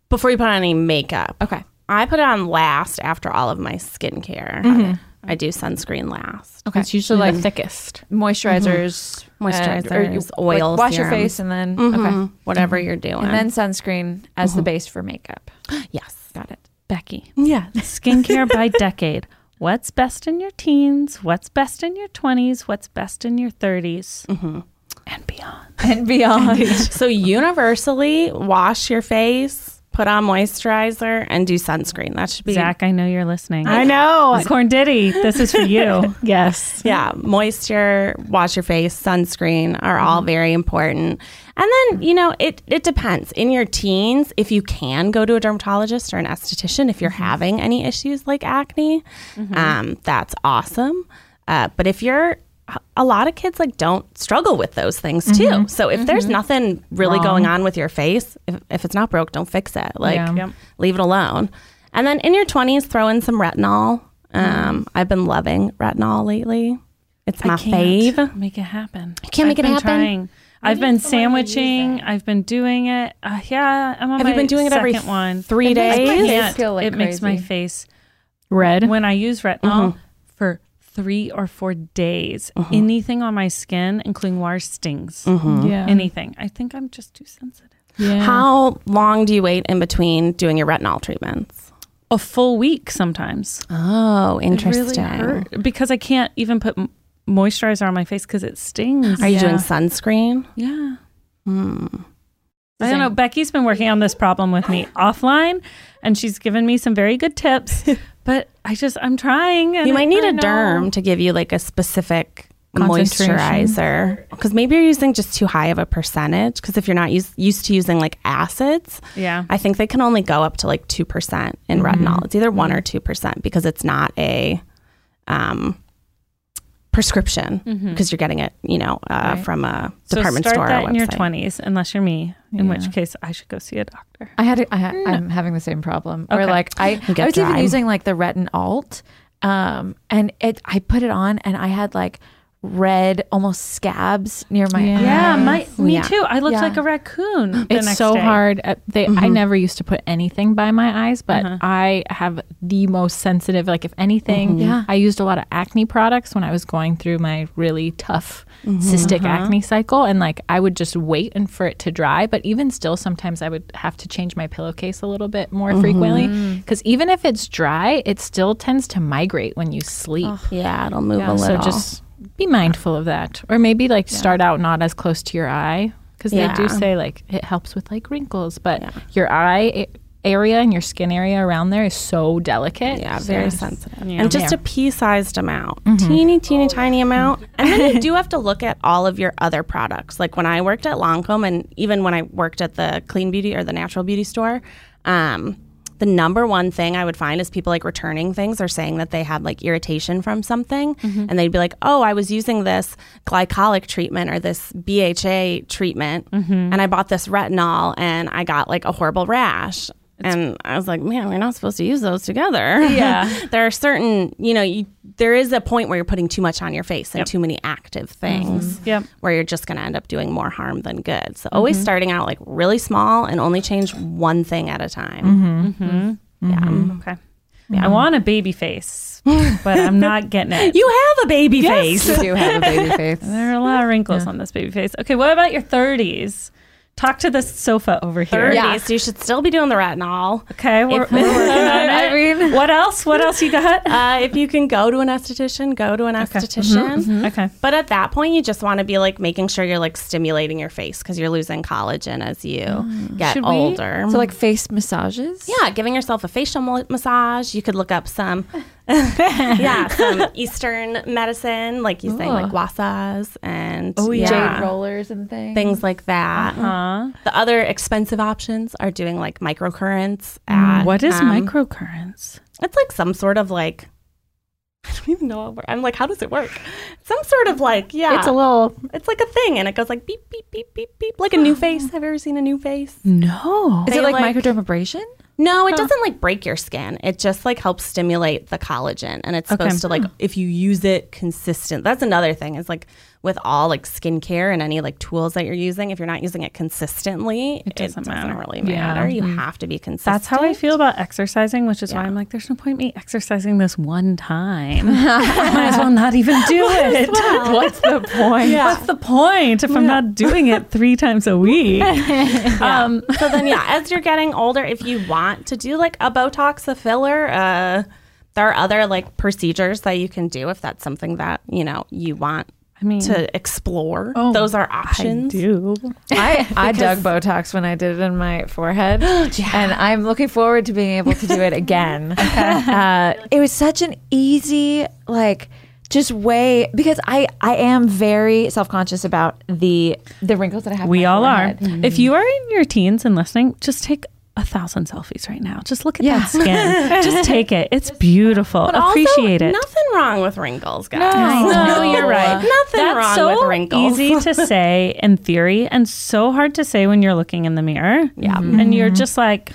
Speaker 2: Before you put on any makeup,
Speaker 4: Okay. Mm-hmm.
Speaker 2: I put it on last after all of my skincare. I do sunscreen last.
Speaker 4: Okay.
Speaker 3: It's usually like thickest.
Speaker 4: moisturizers,
Speaker 2: Moisturizers,
Speaker 4: and- uh, or you- like,
Speaker 2: oils,
Speaker 4: wash your
Speaker 2: serums.
Speaker 4: face, and then
Speaker 2: Mhm.
Speaker 4: okay,
Speaker 2: Whatever you're doing.
Speaker 4: Mm-hmm. and then sunscreen as the base for makeup.
Speaker 2: yes.
Speaker 4: Got it.
Speaker 5: Becky,
Speaker 2: Yeah.
Speaker 5: skincare by decade. What's best in your teens? What's best in your 20s? What's best in your 30s? And beyond.
Speaker 4: And beyond.
Speaker 2: so universally wash your face, put on moisturizer, and do sunscreen. That should be
Speaker 5: Zach, I know you're listening.
Speaker 3: I know.
Speaker 5: Corn Diddy, this is for you.
Speaker 3: Yes.
Speaker 2: yeah, moisture, wash your face, sunscreen are all
Speaker 3: Mm-hmm.
Speaker 2: very important. And then, you know, it it depends. In your teens, if you can go to a dermatologist or an esthetician if you're
Speaker 3: Mm-hmm.
Speaker 2: having any issues like acne, um, that's awesome. Uh, but if you're a lot of kids like don't struggle with those things too.
Speaker 3: Mm-hmm.
Speaker 2: So if there's nothing really going on with your face, if, if it's not broke, don't fix it. Like
Speaker 3: Yeah.
Speaker 5: Yep.
Speaker 2: leave it alone. And then in your 20s, throw in some retinol. Um, I've been loving retinol lately. It's my fave.
Speaker 5: Make it happen. You
Speaker 2: can't make it
Speaker 5: been
Speaker 2: happen?
Speaker 5: Trying. I've been sandwiching. I've been doing it. Uh, yeah, I'm on
Speaker 2: Have
Speaker 5: my
Speaker 2: you been doing it every
Speaker 5: second one.
Speaker 2: three
Speaker 4: makes my
Speaker 5: I
Speaker 2: days?
Speaker 4: face
Speaker 5: can't.
Speaker 4: feel like
Speaker 5: it makes my
Speaker 4: crazy.
Speaker 5: face
Speaker 3: Red.
Speaker 5: when I use retinol
Speaker 2: Mm-hmm.
Speaker 5: for three or four days. Anything on my skin, including wire stings,
Speaker 2: Mm-hmm.
Speaker 3: Yeah.
Speaker 5: anything. I think I'm just too sensitive.
Speaker 3: yeah.
Speaker 2: How long do you wait in between doing your retinol treatments?
Speaker 5: A full week sometimes.
Speaker 2: Oh, interesting.
Speaker 5: It really hurt because I can't even put m- moisturizer on my face because it stings.
Speaker 2: Are you
Speaker 3: Yeah.
Speaker 2: doing sunscreen?
Speaker 5: yeah.
Speaker 2: Hmm.
Speaker 5: I don't know. Becky's been working on this problem with me offline, and she's given me some very good tips. But I just I'm trying. And
Speaker 2: You might need
Speaker 5: a
Speaker 2: a derm to give you like a specific
Speaker 3: Concentration.
Speaker 2: moisturizer because maybe you're using just too high of a percentage. Because if you're not used used to using like acids,
Speaker 5: Yeah.
Speaker 2: I think they can only go up to like 2% in
Speaker 5: Mm-hmm.
Speaker 2: retinol. It's either one or 2% because it's not a um, prescription because you're getting it, you know, uh, from a
Speaker 5: Mm-hmm. so
Speaker 2: department
Speaker 5: start
Speaker 2: store
Speaker 5: that
Speaker 2: or
Speaker 5: in your
Speaker 2: website.
Speaker 5: 20s, unless you're me, in which case I should go see a doctor.
Speaker 4: I had. A, I, ha- I'm having the same problem. Or
Speaker 5: Okay.
Speaker 4: like I,
Speaker 2: You get
Speaker 4: I was even
Speaker 2: dry.
Speaker 4: using like the retin alt, um, and it. I put it on, and I had like red, almost scabs near my.
Speaker 3: Yeah.
Speaker 4: eye.
Speaker 5: Yeah, my me
Speaker 2: Yeah.
Speaker 5: too. I looked
Speaker 4: Yeah.
Speaker 5: like a raccoon. The
Speaker 3: It's
Speaker 5: next
Speaker 3: so
Speaker 5: day. Mm-hmm.
Speaker 3: hard. Uh, They, I never used to put anything by my eyes, but
Speaker 5: Uh-huh.
Speaker 3: I have the most sensitive. Like if anything,
Speaker 5: Mm-hmm.
Speaker 4: Yeah.
Speaker 3: I used a lot of acne products when I was going through my really tough
Speaker 5: Mm-hmm.
Speaker 3: cystic
Speaker 5: Uh-huh.
Speaker 3: acne cycle, and like I would just wait and for it to dry. But even still, sometimes I would have to change my pillowcase a little bit
Speaker 5: Mm-hmm.
Speaker 3: more frequently
Speaker 5: Mm.
Speaker 3: because even if it's dry, it still tends to migrate when you sleep.
Speaker 2: Yeah, it'll move a
Speaker 3: So
Speaker 2: little.
Speaker 3: just be mindful of that, or maybe like start out not as close to your eye because they
Speaker 2: Yeah.
Speaker 3: do say like it helps with like wrinkles, but your eye a- area and your skin area around there is so delicate.
Speaker 2: yeah, very sensitive. And just a pea sized amount, teeny, teeny, tiny amount. And then you do have to look at all of your other products. Like when I worked at Lancome and even when I worked at the Clean Beauty or the Natural Beauty store, um, the number one thing I would find is people like returning things or saying that they had like irritation from something. And they'd be like, oh, I was using this glycolic treatment or this BHA treatment and I bought this retinol and I got like a horrible rash. and I was like, man, we're not supposed to use those together. Yeah. there are certain, you know, you, there is a point where you're putting too much on your face and too many active things
Speaker 5: Yep.
Speaker 2: where you're just going to end up doing more harm than good. So always starting out like really small and only change one thing at a time. Yeah.
Speaker 5: Okay. I want a baby face, but I'm not getting it.
Speaker 2: You have a baby face.
Speaker 4: You do have a baby face.
Speaker 5: There are a lot of wrinkles on this baby face. Okay, what about your 30s? Talk to this sofa over here.
Speaker 2: 30s, so you should still be doing the retinol.
Speaker 5: Okay, we're,
Speaker 2: If
Speaker 5: we're
Speaker 2: we're
Speaker 5: working on it.
Speaker 4: I mean-
Speaker 5: what else? What else you got?
Speaker 2: Uh, if you can go to an esthetician, go to an esthetician.
Speaker 5: Okay.
Speaker 2: But at that point, you just want to be like making sure you're like stimulating your face because you're losing collagen as you get
Speaker 5: Should we-
Speaker 2: older.
Speaker 4: So like face massages.
Speaker 2: yeah, giving yourself a facial ma- massage. You could look up some, yeah, some Eastern medicine, like you say, like wasas and oh
Speaker 4: Jade rollers and things.
Speaker 2: things like that.
Speaker 5: Uh,
Speaker 2: The other expensive options are doing like microcurrents. At,
Speaker 5: Mm, Mm-hmm. what is
Speaker 2: um,
Speaker 5: microcurrents?
Speaker 2: It's like some sort of like. I don't even know. how it wor- I'm like, how does it work? Some sort of like, yeah,
Speaker 3: It's a little
Speaker 2: It's like a thing, and it goes like beep, beep, beep, beep, beep, like a new face. Have you ever seen a new face?
Speaker 5: No.
Speaker 4: Is
Speaker 2: They
Speaker 4: it like,
Speaker 2: like-
Speaker 4: microdermabrasion?
Speaker 2: No, it doesn't like break your skin. It just like helps stimulate the collagen, and it's supposed to like if you use it consistent. That's another thing is like with all like skincare and any like tools that you're using, if you're not using it consistently, it doesn't,
Speaker 5: matter.
Speaker 2: really matter. You
Speaker 4: Mm-hmm.
Speaker 2: have to be consistent.
Speaker 5: That's how I feel about exercising, which is why I'm like, there's no point me exercising this one time. Might as well not even do it.
Speaker 4: What's the point?
Speaker 5: What's the point if I'm not doing it three times a week? um,
Speaker 2: so then yeah as you're getting older if you want to do like a botox a filler uh there are other like procedures that you can do if that's something that you know you want I mean, to explore those are options
Speaker 5: oh, do.
Speaker 4: I, I dug Botox when I did it in my forehead, and I'm looking forward to being able to do it again. uh, it was such an easy, like, just way because I I am very self conscious about the the wrinkles that I have. in
Speaker 5: We
Speaker 4: my
Speaker 5: all are.
Speaker 4: forehead.
Speaker 5: If you are in your teens and listening, just take a thousand selfies right now. Just look at
Speaker 4: Yeah.
Speaker 5: that skin. just take it. It's beautiful. Appreciate
Speaker 2: Also,
Speaker 5: it.
Speaker 2: nothing wrong with wrinkles guys
Speaker 5: No, you're right.
Speaker 2: Nothing
Speaker 5: That's
Speaker 2: wrong
Speaker 5: so
Speaker 2: with wrinkles.
Speaker 5: Easy to say in theory, and so hard to say when you're looking in the mirror. Yeah, and you're just like,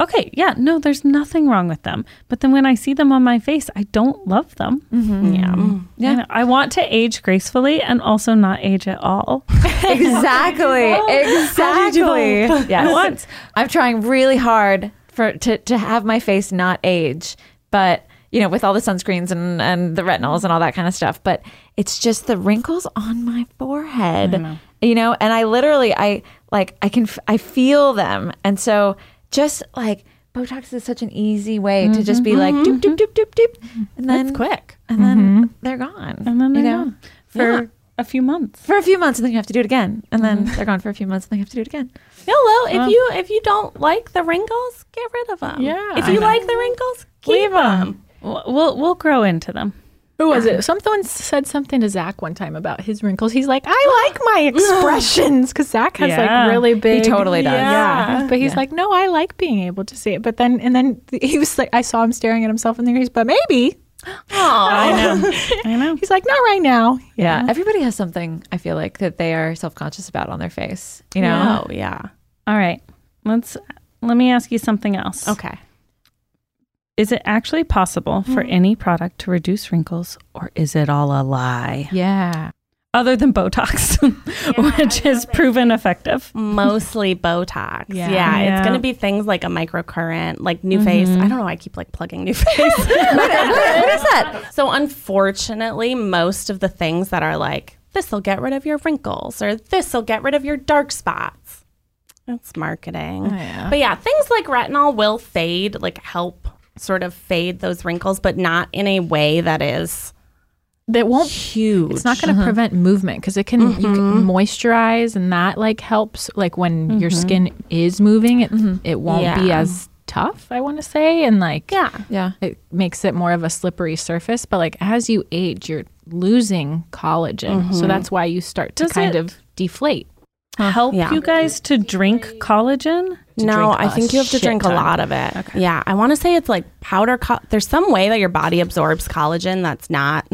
Speaker 5: okay, yeah, no, there's nothing wrong with them. But then when I see them on my face, I don't love them.
Speaker 2: Mm-hmm.
Speaker 5: Yeah, yeah. I want to age gracefully and also not age at all.
Speaker 4: exactly, exactly. Yes.
Speaker 5: Once.
Speaker 4: I'm trying really hard for to, to have my face not age, but you know, with all the sunscreens and, and the retinols and all that kind of stuff. But it's just the wrinkles on my forehead, you know, and I literally, I like, I can, f- I feel them. And so just like Botox is such an easy way to just be like,
Speaker 5: Mm-hmm.
Speaker 4: doop, doop, doop, doop, doop. And then
Speaker 3: quick.
Speaker 4: And then they're gone.
Speaker 5: And then
Speaker 4: you
Speaker 5: they're
Speaker 4: know?
Speaker 5: gone for a few months.
Speaker 4: For a few months, and then you have to do it again. And then they're gone for a few months, and then you have to do it again.
Speaker 2: no well
Speaker 5: Um,
Speaker 2: if you if you don't like the wrinkles get rid of them
Speaker 3: Yeah.
Speaker 2: if you like the wrinkles keep them
Speaker 5: We'll we'll, we'll grow into them.
Speaker 3: Who was it? Someone said something to Zach one time about his wrinkles. He's like, I like my expressions because Zach has
Speaker 5: Yeah.
Speaker 3: like really big.
Speaker 4: totally does.
Speaker 3: Yeah. But he's like, no, I like being able to see it. But then, and then he was like, I saw him staring at himself in the mirror. He's, But maybe
Speaker 5: I know. I know.
Speaker 3: he's like, not right now.
Speaker 4: Yeah, everybody has something I feel like that they are self conscious about on their face. You know,
Speaker 2: oh yeah
Speaker 5: All right. Let's let me ask you something else.
Speaker 2: okay
Speaker 5: Is it actually possible for
Speaker 2: Hmm.
Speaker 5: any product to reduce wrinkles or is it all a lie?
Speaker 4: yeah,
Speaker 5: Other than Botox, which is proven effective.
Speaker 2: mostly Botox. Yeah, Mm-hmm.
Speaker 5: Yeah.
Speaker 2: it's going to be things like a microcurrent, like New Face. I don't know. why I keep like plugging New Face. what is that? So unfortunately, most of the things that are like this will get rid of your wrinkles or this will get rid of your dark spots. It's marketing. But Oh, yeah, things like retinol will fade, like help sort of fade those wrinkles, but not in a way that is
Speaker 3: That won't
Speaker 2: huge. Uh-huh. Mm-hmm.
Speaker 3: It's not going to prevent movement because it can, you can moisturize and that like helps like when your skin is moving it it won't be
Speaker 2: Mm-hmm. Yeah.
Speaker 3: as tough I want to say and like
Speaker 2: Yeah.
Speaker 4: yeah.
Speaker 3: it makes it more of a slippery surface but like as you age you're losing collagen so
Speaker 2: Mm-hmm.
Speaker 3: that's why you start to
Speaker 5: Does
Speaker 3: kind
Speaker 5: it-
Speaker 3: of deflate
Speaker 5: Help
Speaker 2: Yeah.
Speaker 5: you guys to drink collagen?
Speaker 2: No,
Speaker 3: drink
Speaker 2: I
Speaker 3: a
Speaker 2: think you have to
Speaker 3: shit
Speaker 2: drink a
Speaker 3: ton.
Speaker 2: lot of it. Yeah, I want to say it's like powder. Co- There's some way that your body absorbs collagen that's not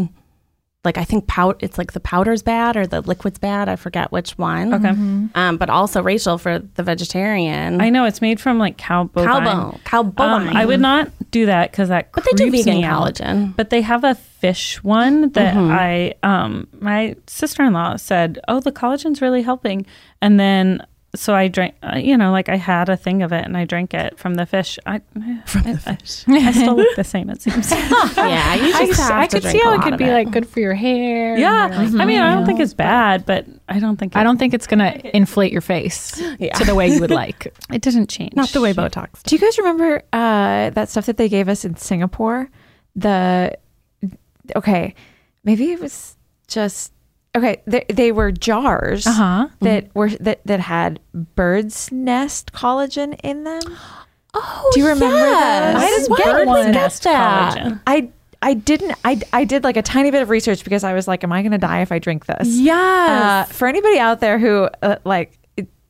Speaker 2: like I think pow- It's like the powder's bad or the liquid's bad. I forget which one.
Speaker 5: Okay.
Speaker 2: Um, but also Rachel for the vegetarian.
Speaker 5: I know it's made from like cow bovine.
Speaker 2: cow bone, cow bovine.
Speaker 5: Um, I would not do that because that.
Speaker 2: But they do
Speaker 5: creeps
Speaker 2: vegan
Speaker 5: me out.
Speaker 2: collagen. Mm-hmm.
Speaker 5: But they have a fish one that I, um, my sister in law said, "Oh, the collagen's really helping." And then, so I drank, uh, you know, like I had a thing of it and I drank it from the fish. I, from the fish. I, still look the same. It seems.
Speaker 2: yeah, you
Speaker 3: I,
Speaker 2: just have to
Speaker 3: could
Speaker 2: drink
Speaker 3: see
Speaker 2: a
Speaker 3: how it
Speaker 2: lot
Speaker 3: could
Speaker 2: of
Speaker 3: be like good for your hair
Speaker 5: yeah, I mean, I don't think it's bad, but I don't think it,
Speaker 3: I don't think it's going to inflate your face to the way you would like
Speaker 5: It didn't change.
Speaker 2: not the way Botox.
Speaker 4: Do you guys remember uh, that stuff that they gave us in Singapore? The okay, maybe it was just okay. They, they were jars
Speaker 3: Uh-huh.
Speaker 4: that were that that had bird's nest collagen in them. Oh, do you remember that?
Speaker 2: I just
Speaker 5: Bird
Speaker 2: get
Speaker 5: nest
Speaker 2: that.
Speaker 5: collagen.
Speaker 4: I I didn't I I did like a tiny bit of research because I was like, am I going to die if I drink this?
Speaker 2: Yes.
Speaker 4: Uh, for anybody out there who uh, like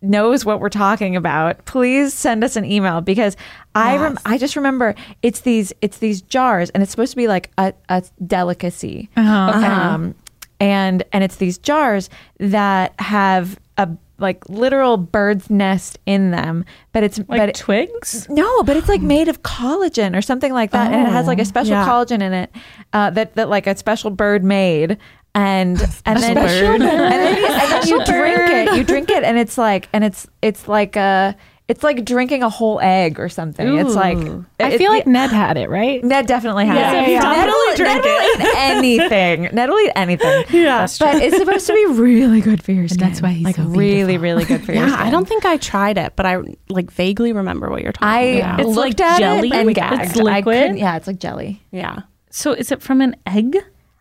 Speaker 4: knows what we're talking about, please send us an email because I rem- I just remember it's these it's these jars and it's supposed to be like a, a delicacy. Um, and and it's these jars that have a like literal bird's nest in them, but it's
Speaker 5: like
Speaker 4: but it-
Speaker 5: twigs.
Speaker 4: no, but it's like made of collagen or something like that, and it has like a special collagen in it uh, that that like a special bird made. and and then, and then, and then you drink it. You drink it, and it's like and it's it's like a it's like drinking a whole egg or something. It's like
Speaker 3: I
Speaker 4: it-
Speaker 3: feel
Speaker 4: it-
Speaker 3: like Ned had it, right?
Speaker 4: Ned definitely has.
Speaker 3: Yeah,
Speaker 4: it.
Speaker 3: yeah.
Speaker 4: Ned, will, Ned will eat anything. Ned will eat anything. Yeah, but it's supposed to be really good for your skin.
Speaker 1: that's why he's
Speaker 4: like
Speaker 1: so
Speaker 4: really, really good for your
Speaker 2: Yeah,
Speaker 4: skin.
Speaker 2: I don't think I tried it, but I like vaguely remember what you're talking
Speaker 4: I
Speaker 2: about.
Speaker 5: It's
Speaker 4: looked
Speaker 5: like
Speaker 4: at
Speaker 5: jelly.
Speaker 4: it and
Speaker 5: It's
Speaker 4: gagged. I
Speaker 5: liquid.
Speaker 4: couldn't- yeah, it's like jelly.
Speaker 2: Yeah.
Speaker 5: So is it from an egg?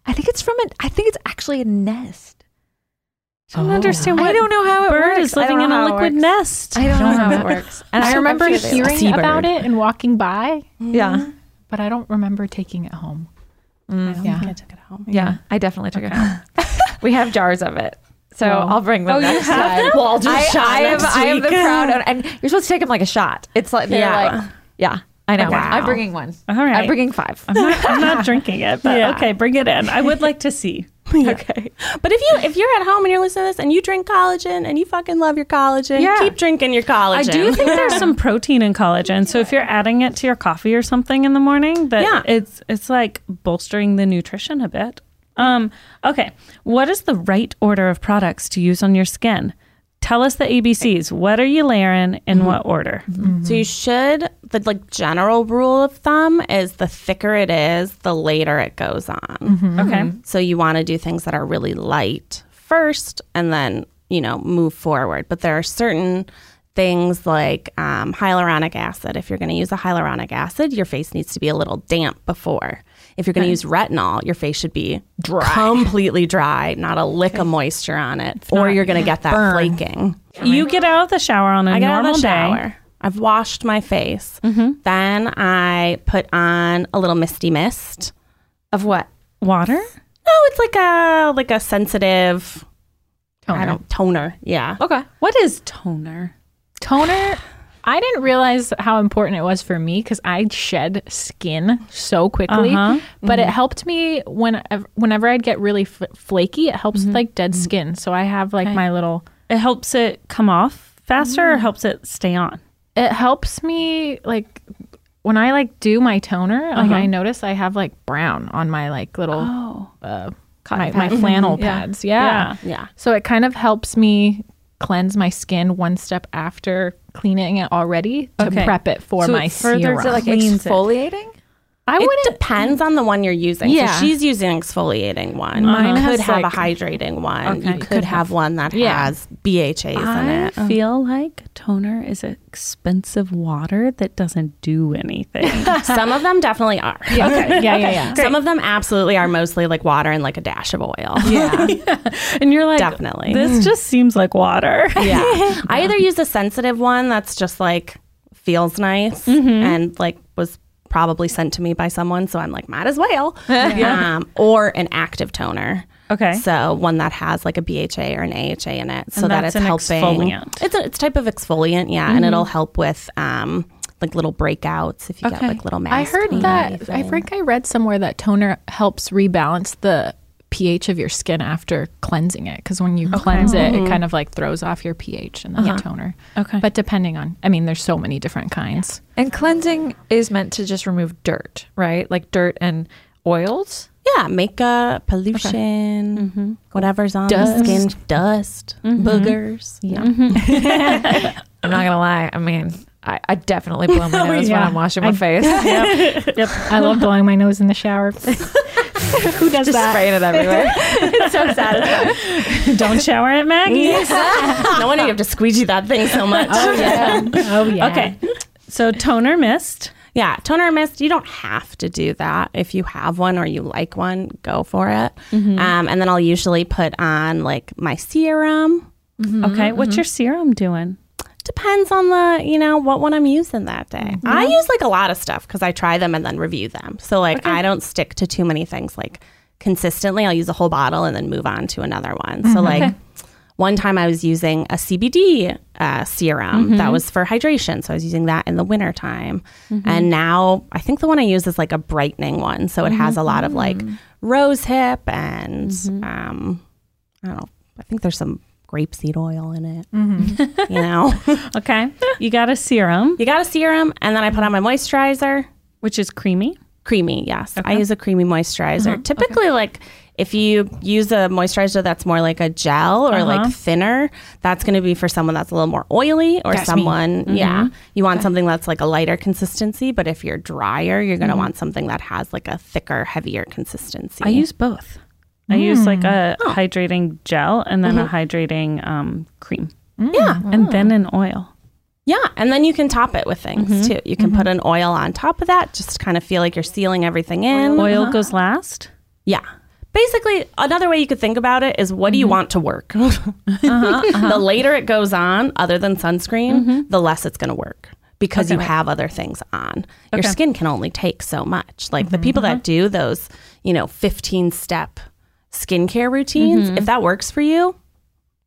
Speaker 4: I think it's from an. I think it's actually a nest.
Speaker 5: I don't understand
Speaker 4: I
Speaker 5: what
Speaker 4: don't know how it
Speaker 5: bird
Speaker 4: works.
Speaker 5: is living in a liquid
Speaker 4: nest.
Speaker 5: nest.
Speaker 4: I don't know how it works. And
Speaker 3: I
Speaker 4: I'm
Speaker 3: remember
Speaker 4: sure they like
Speaker 3: hearing
Speaker 4: seabird.
Speaker 3: about it and walking by,
Speaker 4: Yeah,
Speaker 3: but I don't remember taking it home.
Speaker 2: I don't
Speaker 3: Yeah.
Speaker 2: think I took it home.
Speaker 4: yeah. I definitely took it home. we have jars of it, so
Speaker 3: Well.
Speaker 4: I'll bring them. Oh, next time.
Speaker 2: Well, I'll do a
Speaker 4: I,
Speaker 2: shot
Speaker 4: I am.
Speaker 2: next
Speaker 4: I am the
Speaker 2: week.
Speaker 4: proud owner, and you're supposed to take them like a shot. It's like they're
Speaker 2: Yeah.
Speaker 4: like, yeah. I know.
Speaker 2: Wow.
Speaker 4: I'm bringing one.
Speaker 5: All right.
Speaker 4: I'm bringing five.
Speaker 5: I'm not, I'm not drinking it, but okay, bring it in. I would like to see.
Speaker 2: Okay. But if you if you're at home and you're listening to this and you drink collagen and you fucking love your collagen,
Speaker 4: Yeah.
Speaker 2: keep drinking your collagen.
Speaker 5: I do think there's some protein in collagen. So if you're adding it to your coffee or something in the morning, that
Speaker 2: Yeah.
Speaker 5: it's it's like bolstering the nutrition a bit. Um, okay. What is the right order of products to use on your skin? Tell us the ABCs. What are you layering in what order?
Speaker 2: So you should the like general rule of thumb is the thicker it is, the later it goes on.
Speaker 5: Okay.
Speaker 2: So you want to do things that are really light first and then, you know, move forward. But there are certain things like um, hyaluronic acid. If you're going to use a hyaluronic acid, your face needs to be a little damp before. If you're going to use retinol, your face should be dry. completely dry, not a lick of moisture on it, or you're going to get that flaking.
Speaker 5: You get out of the shower on a
Speaker 2: I get out
Speaker 5: normal
Speaker 2: of the
Speaker 5: day.
Speaker 2: shower. I've washed my face.
Speaker 3: Mm-hmm.
Speaker 2: Then I put on a little misty mist.
Speaker 4: Of what?
Speaker 5: Water?
Speaker 2: No, it's like a like a sensitive I don't toner. Yeah.
Speaker 4: Okay.
Speaker 5: What is toner?
Speaker 3: Toner. I didn't realize how important it was for me because I shed skin so quickly,
Speaker 5: Uh-huh.
Speaker 3: but it helped me when whenever I'd get really f- flaky. It helps with like dead skin, so I have like my little.
Speaker 5: It helps it come off faster or helps it stay on?
Speaker 3: It helps me like when I like do my toner. Like I notice I have like brown on my like little uh, my, my flannel pads. Mm-hmm. yeah.
Speaker 2: Yeah.
Speaker 3: So it kind of helps me cleanse my skin one step after cleaning it already to
Speaker 5: Okay.
Speaker 3: prep it for
Speaker 5: So it
Speaker 3: my
Speaker 5: furthers
Speaker 3: serum.
Speaker 5: it,
Speaker 4: Like
Speaker 5: Cleans it.
Speaker 4: exfoliating?
Speaker 3: I
Speaker 2: It
Speaker 3: wouldn't.
Speaker 2: depends on the one you're using.
Speaker 3: Yeah.
Speaker 2: So she's using an exfoliating one.
Speaker 3: Mine
Speaker 2: you could
Speaker 3: has,
Speaker 2: have
Speaker 3: like-
Speaker 2: a hydrating one.
Speaker 5: Okay.
Speaker 2: You could have one that
Speaker 3: Yeah.
Speaker 2: has BHAs in
Speaker 5: I
Speaker 2: it.
Speaker 5: feel like toner is expensive water that doesn't do anything.
Speaker 2: Some of them definitely are.
Speaker 3: Okay. Yeah, yeah, yeah.
Speaker 2: Some of them absolutely are mostly like water and like a dash of oil.
Speaker 5: and you're like,
Speaker 2: Definitely.
Speaker 5: This just seems like water.
Speaker 2: yeah. I either use a sensitive one that's just like feels nice and like was probably sent to me by someone, so I'm like might as well. um, or an active toner.
Speaker 5: Okay.
Speaker 2: So one that has like a BHA or an AHA in it, so
Speaker 5: And
Speaker 2: that
Speaker 5: that's
Speaker 2: it's
Speaker 5: an
Speaker 2: helping.
Speaker 5: exfoliant.
Speaker 2: It's a it's a type of exfoliant, yeah, and it'll help with um like little breakouts if you get
Speaker 5: Okay.
Speaker 2: like little
Speaker 3: I
Speaker 2: mask.
Speaker 3: heard
Speaker 2: pain or
Speaker 3: that. I
Speaker 2: anything.
Speaker 3: think I read somewhere that toner helps rebalance the pH of your skin after cleansing it because when you cleanse it,
Speaker 2: Mm-hmm.
Speaker 3: it kind of like throws off your pH and then
Speaker 2: Uh-huh.
Speaker 3: the toner.
Speaker 5: Okay.
Speaker 3: But depending on, I mean, there's so many different kinds.
Speaker 4: And cleansing is meant to just remove dirt, right? Like dirt and oils.
Speaker 2: yeah, makeup, pollution, whatever's on the skin, dust, boogers. Yeah.
Speaker 4: I'm not gonna lie. I mean, I, I definitely blow my nose when
Speaker 3: yeah.
Speaker 4: I'm washing my face.
Speaker 3: I love blowing my nose in the shower. Who does
Speaker 4: just
Speaker 3: that?
Speaker 4: spraying it everywhere.
Speaker 5: Don't shower at Maggie's.
Speaker 2: no wonder you have to squeegee that thing so much.
Speaker 3: Oh yeah.
Speaker 5: Okay. So toner mist.
Speaker 2: Yeah, toner mist, you don't have to do that. If you have one or you like one, go for it. Um, and then I'll usually put on like my serum.
Speaker 5: Okay. What's your serum doing?
Speaker 2: Depends on the, you know, what one I'm using that day. I use like a lot of stuff because I try them and then review them. So like I don't stick to too many things like consistently. I'll use a whole bottle and then move on to another one. So like one time I was using a CBD uh, serum that was for hydration. So I was using that in the winter time. And now I think the one I use is like a brightening one. So it has a lot of like rose hip and um, I don't know. I think there's some grapeseed oil in it. you know,
Speaker 5: Okay. You got a serum,
Speaker 2: you got a serum and then I put on my moisturizer
Speaker 5: which is creamy. Uh-huh.
Speaker 2: creamy yes i use a creamy moisturizer typically like If you use a moisturizer that's more like a gel
Speaker 5: Uh-huh.
Speaker 2: or like thinner, that's going to be for someone that's a little more oily or
Speaker 6: That's me.
Speaker 2: someone,
Speaker 5: Mm-hmm.
Speaker 2: yeah, you want something that's like a lighter consistency. But if you're drier, you're
Speaker 5: Mm-hmm.
Speaker 2: going to want something that has like a thicker, heavier consistency.
Speaker 5: I use both. Mm. I use like a hydrating gel and then a hydrating um, cream. Yeah. And then an oil.
Speaker 2: Yeah, and then you can top it with things
Speaker 5: Mm-hmm.
Speaker 2: too. You can put an oil on top of that, just to kind of feel like you're sealing everything in.
Speaker 5: Oil goes last.
Speaker 2: Yeah. Basically, another way you could think about it is what
Speaker 5: Mm-hmm.
Speaker 2: do you want to work? Uh-huh, the later it goes on, other than sunscreen,
Speaker 5: Mm-hmm.
Speaker 2: the less it's going to work because you have other things on. Your skin can only take so much. Like the people that
Speaker 5: Mm-hmm,
Speaker 2: do those, you know, 15 step skincare routines,
Speaker 5: Mm-hmm.
Speaker 2: if that works for you,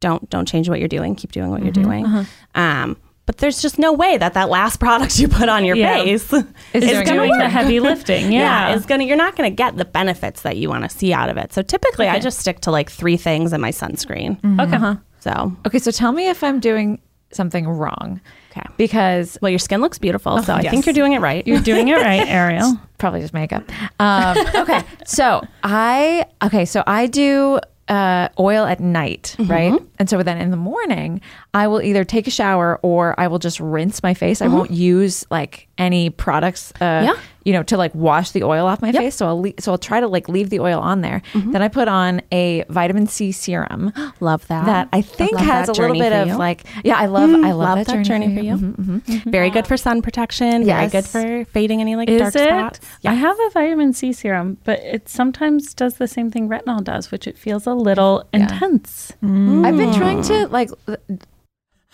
Speaker 2: don't don't change what you're doing. Keep doing what
Speaker 5: Mm-hmm,
Speaker 2: you're doing.
Speaker 5: uh-huh.
Speaker 2: Um, but there's just no way that that last product you put on your
Speaker 5: Yeah.
Speaker 2: face
Speaker 5: It's
Speaker 2: gonna
Speaker 5: doing the heavy lifting. Yeah.
Speaker 2: yeah, it's gonna you're not gonna get the benefits that you want to see out of it so typically i just stick to like three things in my sunscreen
Speaker 4: Mm-hmm.
Speaker 5: okay.
Speaker 4: Uh-huh.
Speaker 2: so
Speaker 4: Okay, so tell me if I'm doing something wrong.
Speaker 2: Okay.
Speaker 4: Because
Speaker 2: well your skin looks beautiful
Speaker 4: Oh,
Speaker 2: so i think you're doing it right
Speaker 5: You're doing it right, Ariel.
Speaker 4: probably just makeup. Um, okay, so I okay, so I do uh, oil at night,
Speaker 2: Mm-hmm.
Speaker 4: right? And so then in the morning, I will either take a shower or I will just rinse my face.
Speaker 2: Mm-hmm.
Speaker 4: I won't use like any products, uh, you know, to like wash the oil off my face. So I'll le- so I'll try to like leave the oil on there. Then I put on a vitamin C serum
Speaker 2: Mm-hmm. love that
Speaker 4: that I think
Speaker 2: love
Speaker 4: has a
Speaker 2: that
Speaker 4: little
Speaker 2: journey
Speaker 4: bit
Speaker 2: for
Speaker 4: of
Speaker 2: you. Mm.
Speaker 4: like yeah, I love I love,
Speaker 2: love that journey for you.
Speaker 4: Mhm, mhm.
Speaker 2: very good for sun protection
Speaker 4: Yes.
Speaker 2: very good for fading any like dark
Speaker 5: Is it?
Speaker 2: spots
Speaker 5: I have a vitamin C serum, but it sometimes does the same thing retinol does, which it feels a little intense.
Speaker 4: I've been trying to like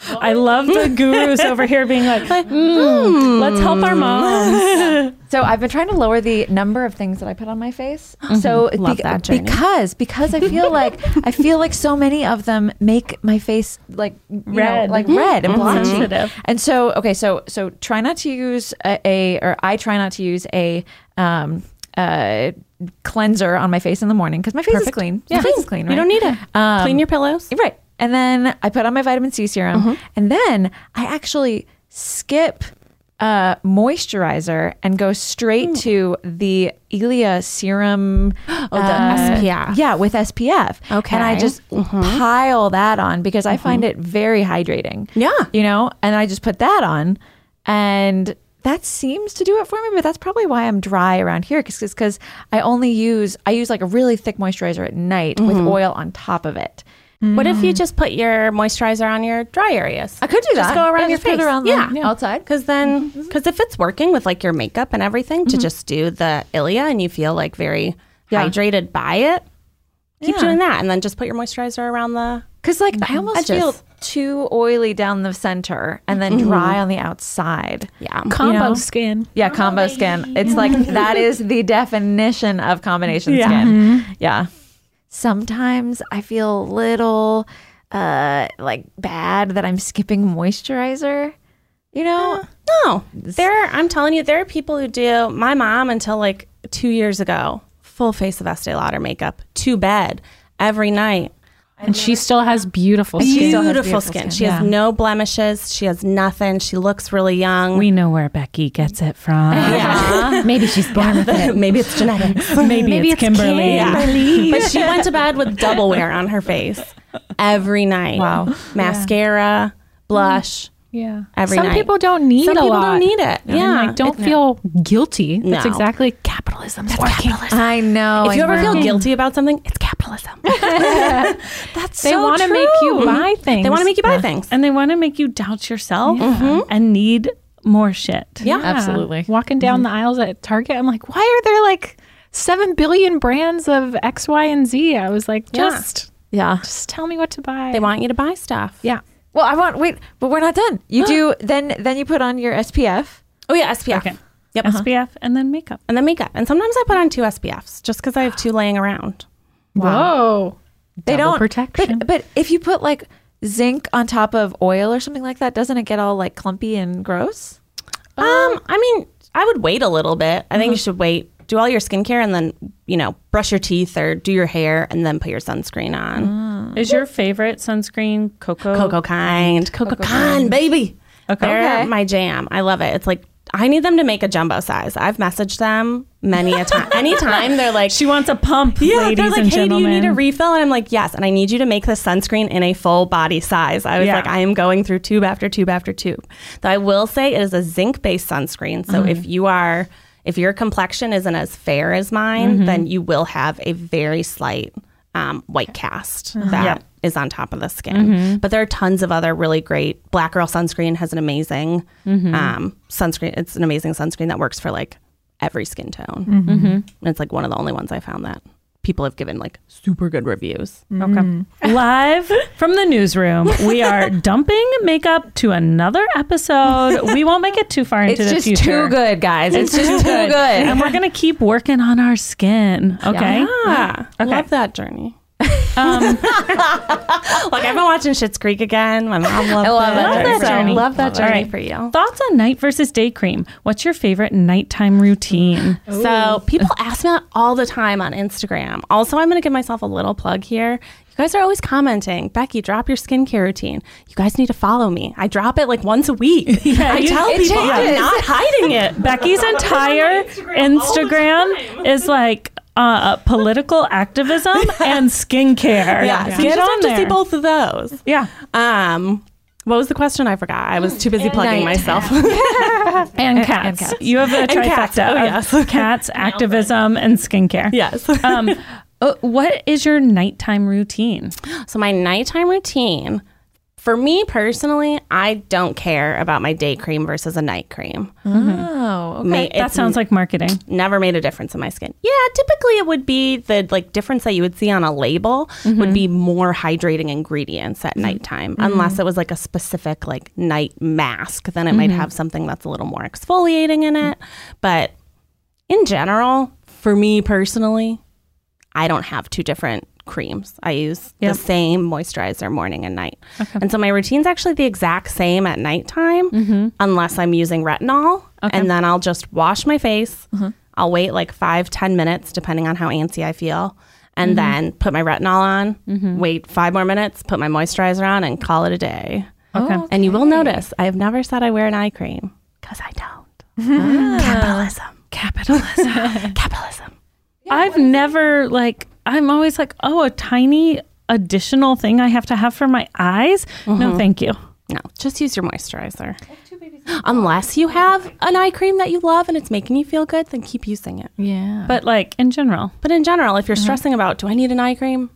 Speaker 5: I love the gurus over here being like, "Mm, let's help our moms.
Speaker 4: So I've been trying to lower the number of things that I put on my face. So it
Speaker 2: Mm-hmm. Love that journey.
Speaker 4: because because I feel like I feel like so many of them make my face like you know,
Speaker 5: Red.
Speaker 4: like red
Speaker 2: Mm-hmm.
Speaker 4: and blotchy.
Speaker 5: Sensitive.
Speaker 4: And so okay, so so try not to use a, a or I try not to use a um uh cleanser on my face in the morning because my face is clean. My face is clean. Right?
Speaker 2: you don't need it
Speaker 4: Um,
Speaker 2: clean your pillows
Speaker 4: Right. And then I put on my vitamin C serum. And then I actually skip uh, moisturizer and go straight to the Ilia serum. Oh, the
Speaker 2: SPF.
Speaker 4: Yeah, with SPF.
Speaker 2: Okay.
Speaker 4: And I just pile that on because I find it very hydrating.
Speaker 2: Yeah.
Speaker 4: You know, and I just put that on and that seems to do it for me, but that's probably why I'm dry around here because because I only use I use like a really thick moisturizer at night with oil on top of it.
Speaker 2: what if you just put your moisturizer on your dry areas
Speaker 4: Mm. I could do that.
Speaker 2: just go around
Speaker 4: I
Speaker 2: your
Speaker 4: just put it
Speaker 2: face
Speaker 4: around the- Mm-hmm.
Speaker 2: yeah
Speaker 4: outside.
Speaker 2: because then because if it's working with like your makeup and everything
Speaker 4: Mm-hmm.
Speaker 2: to just do the ilia and you feel like very hydrated by it keep doing that and then just put your moisturizer around the
Speaker 4: Because like I almost
Speaker 2: Edges.
Speaker 4: feel too oily down the center and then dry on the outside.
Speaker 2: yeah
Speaker 3: Combo skin.
Speaker 4: Yeah, combo skin. It's like that is the definition of combination skin. Yeah. Sometimes I feel a little uh like bad that I'm skipping moisturizer. You know?
Speaker 2: no Oh, there i'm telling you there are people who do my mom until like two years ago full face of estee lauder makeup to bed every night
Speaker 3: And she still has beautiful skin.
Speaker 2: beautiful,
Speaker 4: beautiful
Speaker 2: skin.
Speaker 4: skin,
Speaker 2: she has no blemishes she has nothing she looks really young
Speaker 5: We know where Becky gets it from. Maybe she's born with it.
Speaker 2: maybe it's genetics
Speaker 5: Maybe, it's, Kimberly.
Speaker 2: Yeah. But she went to bed with double wear on her face every night. Wow. Mascara, blush,
Speaker 3: Yeah.
Speaker 2: every
Speaker 3: Some
Speaker 2: night.
Speaker 3: people don't need
Speaker 2: Some
Speaker 3: a
Speaker 2: people
Speaker 3: lot.
Speaker 2: don't need it.
Speaker 3: And,
Speaker 2: Yeah.
Speaker 3: like, don't feel guilty. That's
Speaker 2: No.
Speaker 3: exactly capitalism. That's working.
Speaker 4: I know.
Speaker 2: if you
Speaker 4: I
Speaker 2: ever feel
Speaker 4: know.
Speaker 2: guilty about something, it's capitalism.
Speaker 3: They want to make you buy things.
Speaker 2: They want to make you buy things.
Speaker 5: And they want to make you doubt yourself and need more shit.
Speaker 2: Mm-hmm. Yeah.
Speaker 4: Absolutely.
Speaker 3: Ah, Walking down
Speaker 2: Mm-hmm.
Speaker 3: the aisles at Target, I'm like, why are there like seven billion brands of X, Y, and Z? I was like,
Speaker 2: Yeah.
Speaker 3: just
Speaker 4: Yeah.
Speaker 3: just tell me what to buy.
Speaker 2: They want you to buy stuff.
Speaker 3: yeah.
Speaker 4: Well, I want wait, but we're not done. You do then then you put on your SPF.
Speaker 2: Oh, yeah, SPF.
Speaker 5: Okay.
Speaker 2: Yep. Uh-huh.
Speaker 5: SPF and then makeup.
Speaker 2: And then makeup. And sometimes I put on two SPFs just because I have two laying around.
Speaker 3: Whoa.
Speaker 4: they
Speaker 3: Double
Speaker 4: don't
Speaker 3: protection.
Speaker 4: But, but if you put like zinc on top of oil or something like that, doesn't it get all like clumpy and gross?
Speaker 2: Um, I mean, I would wait a little bit. I think you should wait. Do all your skincare and then, you know, brush your teeth or do your hair and then put your sunscreen on.
Speaker 5: Is your favorite sunscreen cocoa?
Speaker 2: Coco Kind. Coco Kind, baby. Okay. They're
Speaker 4: Okay.
Speaker 2: my jam. I love it. It's like I need them to make a jumbo size. I've messaged them many a time. Anytime they're like,
Speaker 5: She wants a pump,
Speaker 2: yeah,
Speaker 5: ladies
Speaker 2: they're like,
Speaker 5: and
Speaker 2: hey,
Speaker 5: gentlemen.
Speaker 2: do you need a refill? And I'm like, yes. And I need you to make the sunscreen in a full body size. I was
Speaker 5: Yeah.
Speaker 2: like, I am going through tube after tube after tube. Though I will say it is a zinc based sunscreen. So
Speaker 5: Mm-hmm.
Speaker 2: if you are, if your complexion isn't as fair as mine,
Speaker 5: Mm-hmm.
Speaker 2: then you will have a very slight um, white cast that is
Speaker 5: Yep.
Speaker 2: on top of the skin.
Speaker 5: Mm-hmm.
Speaker 2: But there are tons of other really great. Black Girl Sunscreen has an amazing
Speaker 5: Mm-hmm.
Speaker 2: um, sunscreen. It's an amazing sunscreen that works for like every skin tone. And it's like one of the only ones I found that people have given like super good reviews.
Speaker 5: Live from the newsroom, we are dumping makeup to another episode. We won't make it too far into
Speaker 4: It's
Speaker 5: the
Speaker 4: just
Speaker 5: future.
Speaker 4: too good, guys. It's just too good.
Speaker 5: And we're going to keep working on our skin. Okay.
Speaker 2: Yeah. I Ah, love that journey. like I've been watching Schitt's Creek again. My mom loved
Speaker 4: love
Speaker 2: it.
Speaker 4: that
Speaker 5: journey.
Speaker 2: So,
Speaker 5: journey.
Speaker 2: Love that journey
Speaker 5: Alright.
Speaker 2: for you.
Speaker 5: Thoughts on night versus day cream? What's your favorite nighttime routine?
Speaker 2: So people ask me that all the time on Instagram. Also, I'm going to give myself a little plug here. You guys are always commenting, Becky, drop your skincare routine. You guys need to follow me. I drop it like once a week. I
Speaker 5: you-
Speaker 2: tell
Speaker 5: it
Speaker 2: people I'm
Speaker 5: changes.
Speaker 2: not hiding it.
Speaker 5: Becky's entire Instagram, is like uh, political activism and skincare.
Speaker 2: Yeah, so you
Speaker 5: Get
Speaker 2: just
Speaker 5: on
Speaker 2: have
Speaker 5: there.
Speaker 2: to see both of those.
Speaker 5: Yeah.
Speaker 2: Um, what was the question? I forgot. I was too busy plugging myself.
Speaker 5: And cats. You have a trifecta
Speaker 2: cats. Oh,
Speaker 5: of
Speaker 2: yes.
Speaker 5: cats, activism, and skincare.
Speaker 2: yes.
Speaker 5: Um, uh, what is your nighttime routine?
Speaker 2: So my nighttime routine, for me personally, I don't care about my day cream versus a night cream.
Speaker 4: Oh, okay.
Speaker 2: Me-
Speaker 5: that
Speaker 2: it's
Speaker 5: sounds like marketing.
Speaker 2: never made a difference in my skin. Yeah, typically it would be the like difference that you would see on a label would be more hydrating ingredients at nighttime, unless it was like a specific like night mask. Then it might have something that's a little more exfoliating in it. But in general, for me personally, I don't have two different creams. I use the same moisturizer morning and night. And so my routine's actually the exact same at nighttime unless I'm using retinol. And then I'll just wash my face. I'll wait like five, ten minutes, depending on how antsy I feel. And then put my retinol on, wait five more minutes, put my moisturizer on, and call it a day.
Speaker 5: Okay.
Speaker 2: And you will notice I have never said I wear an eye cream because I don't. Capitalism. Capitalism. Capitalism.
Speaker 5: I've never like I'm always like, oh, a tiny additional thing I have to have for my eyes. No, thank you.
Speaker 2: No, just use your moisturizer. Unless you have an eye cream that you love and it's making you feel good, then keep using it.
Speaker 3: Yeah.
Speaker 5: But like in general,
Speaker 2: But in general, if you're stressing about, do I need an eye cream?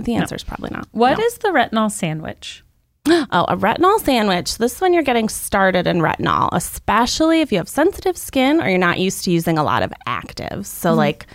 Speaker 2: The answer is probably not.
Speaker 5: what is the retinol sandwich?
Speaker 2: Oh, a retinol sandwich. This is when you're getting started in retinol, especially if you have sensitive skin or you're not used to using a lot of actives. So, like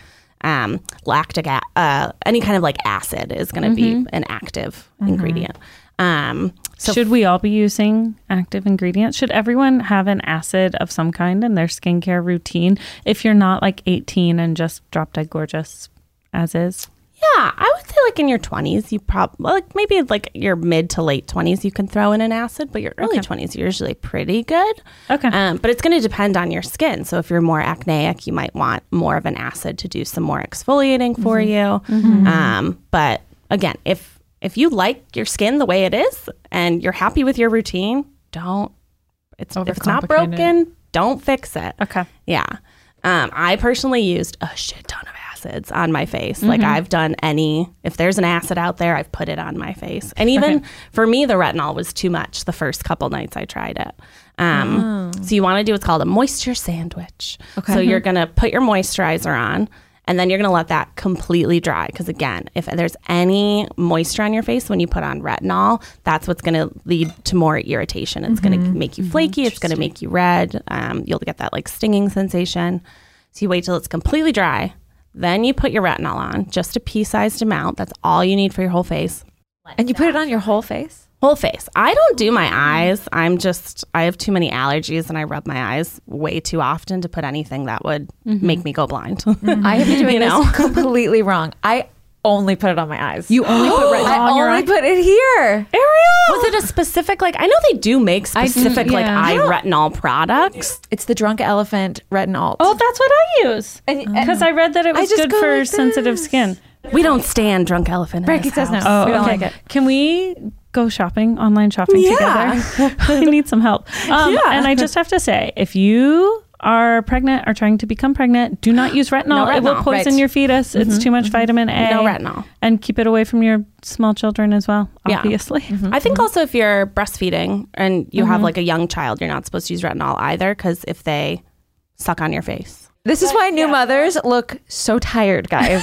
Speaker 2: um, lactic, a- uh, any kind of like acid is going to be an active ingredient. Um, so,
Speaker 5: Should we all be using active ingredients? Should everyone have an acid of some kind in their skincare routine if you're not like 18 and just drop dead gorgeous as is?
Speaker 2: yeah, I would say like in your 20s, you probably like maybe like your mid to late 20s, you can throw in an acid, but your early 20s, you're usually pretty good.
Speaker 5: Okay.
Speaker 2: Um, but it's going to depend on your skin. So if you're more acneic, you might want more of an acid to do some more exfoliating for you. Um, but again, if if you like your skin the way it is and you're happy with your routine, don't. It's if it's not
Speaker 3: Overcomplicate it.
Speaker 2: broken. Don't fix it.
Speaker 5: okay.
Speaker 2: Yeah. Um, I personally used a shit ton of acids on my face. Like I've done any, if there's an acid out there, I've put it on my face. And even for me, the retinol was too much the first couple nights I tried it. Um, So you want to do what's called a moisture sandwich. Okay. So you're going to put your moisturizer on and then you're going to let that completely dry. Because again, if there's any moisture on your face when you put on retinol, that's what's going to lead to more irritation. It's going to make you flaky. It's going to make you red. Um, you'll get that like stinging sensation. So you wait till it's completely dry. Then you put your retinol on, just a pea sized amount. That's all you need for your whole face.
Speaker 4: and you put it on your whole face?
Speaker 2: Whole face. I don't do my eyes. I'm just, I have too many allergies and I rub my eyes way too often to put anything that would make me go blind.
Speaker 4: I have been doing
Speaker 2: know?
Speaker 4: this completely wrong. I only put it on my eyes.
Speaker 5: You only put
Speaker 4: I
Speaker 5: retinol on your
Speaker 4: only
Speaker 5: eye.
Speaker 4: put it here.
Speaker 2: Was it a specific like? I know they do make specific like eye retinol products.
Speaker 4: It's the drunk elephant retinol.
Speaker 5: Oh, that's what I use.
Speaker 4: And- and-
Speaker 5: Because Oh. I read that it was
Speaker 4: just
Speaker 5: good
Speaker 4: go
Speaker 5: for
Speaker 4: like
Speaker 5: sensitive
Speaker 4: this.
Speaker 5: skin.
Speaker 2: We don't stand drunk elephant. in
Speaker 4: Becky
Speaker 2: this
Speaker 4: says no.
Speaker 2: house.
Speaker 4: we don't like it.
Speaker 5: Oh, Can we go shopping, online shopping
Speaker 2: Yeah.
Speaker 5: together. I need some help. Um,
Speaker 2: Yeah.
Speaker 5: And I just have to say, if you are pregnant or trying to become pregnant, do not use retinol.
Speaker 2: No
Speaker 5: it will
Speaker 2: retinol,
Speaker 5: poison
Speaker 2: right. Mm-hmm.
Speaker 5: your fetus. It's too much vitamin A.
Speaker 2: No retinol.
Speaker 5: And keep it away from your small children as well,
Speaker 2: Yeah. Mm-hmm.
Speaker 5: obviously.
Speaker 2: I think also if you're breastfeeding and you have like a young child, you're not supposed to use retinol either because if they suck on your face.
Speaker 4: This is why new mothers look so tired, guys.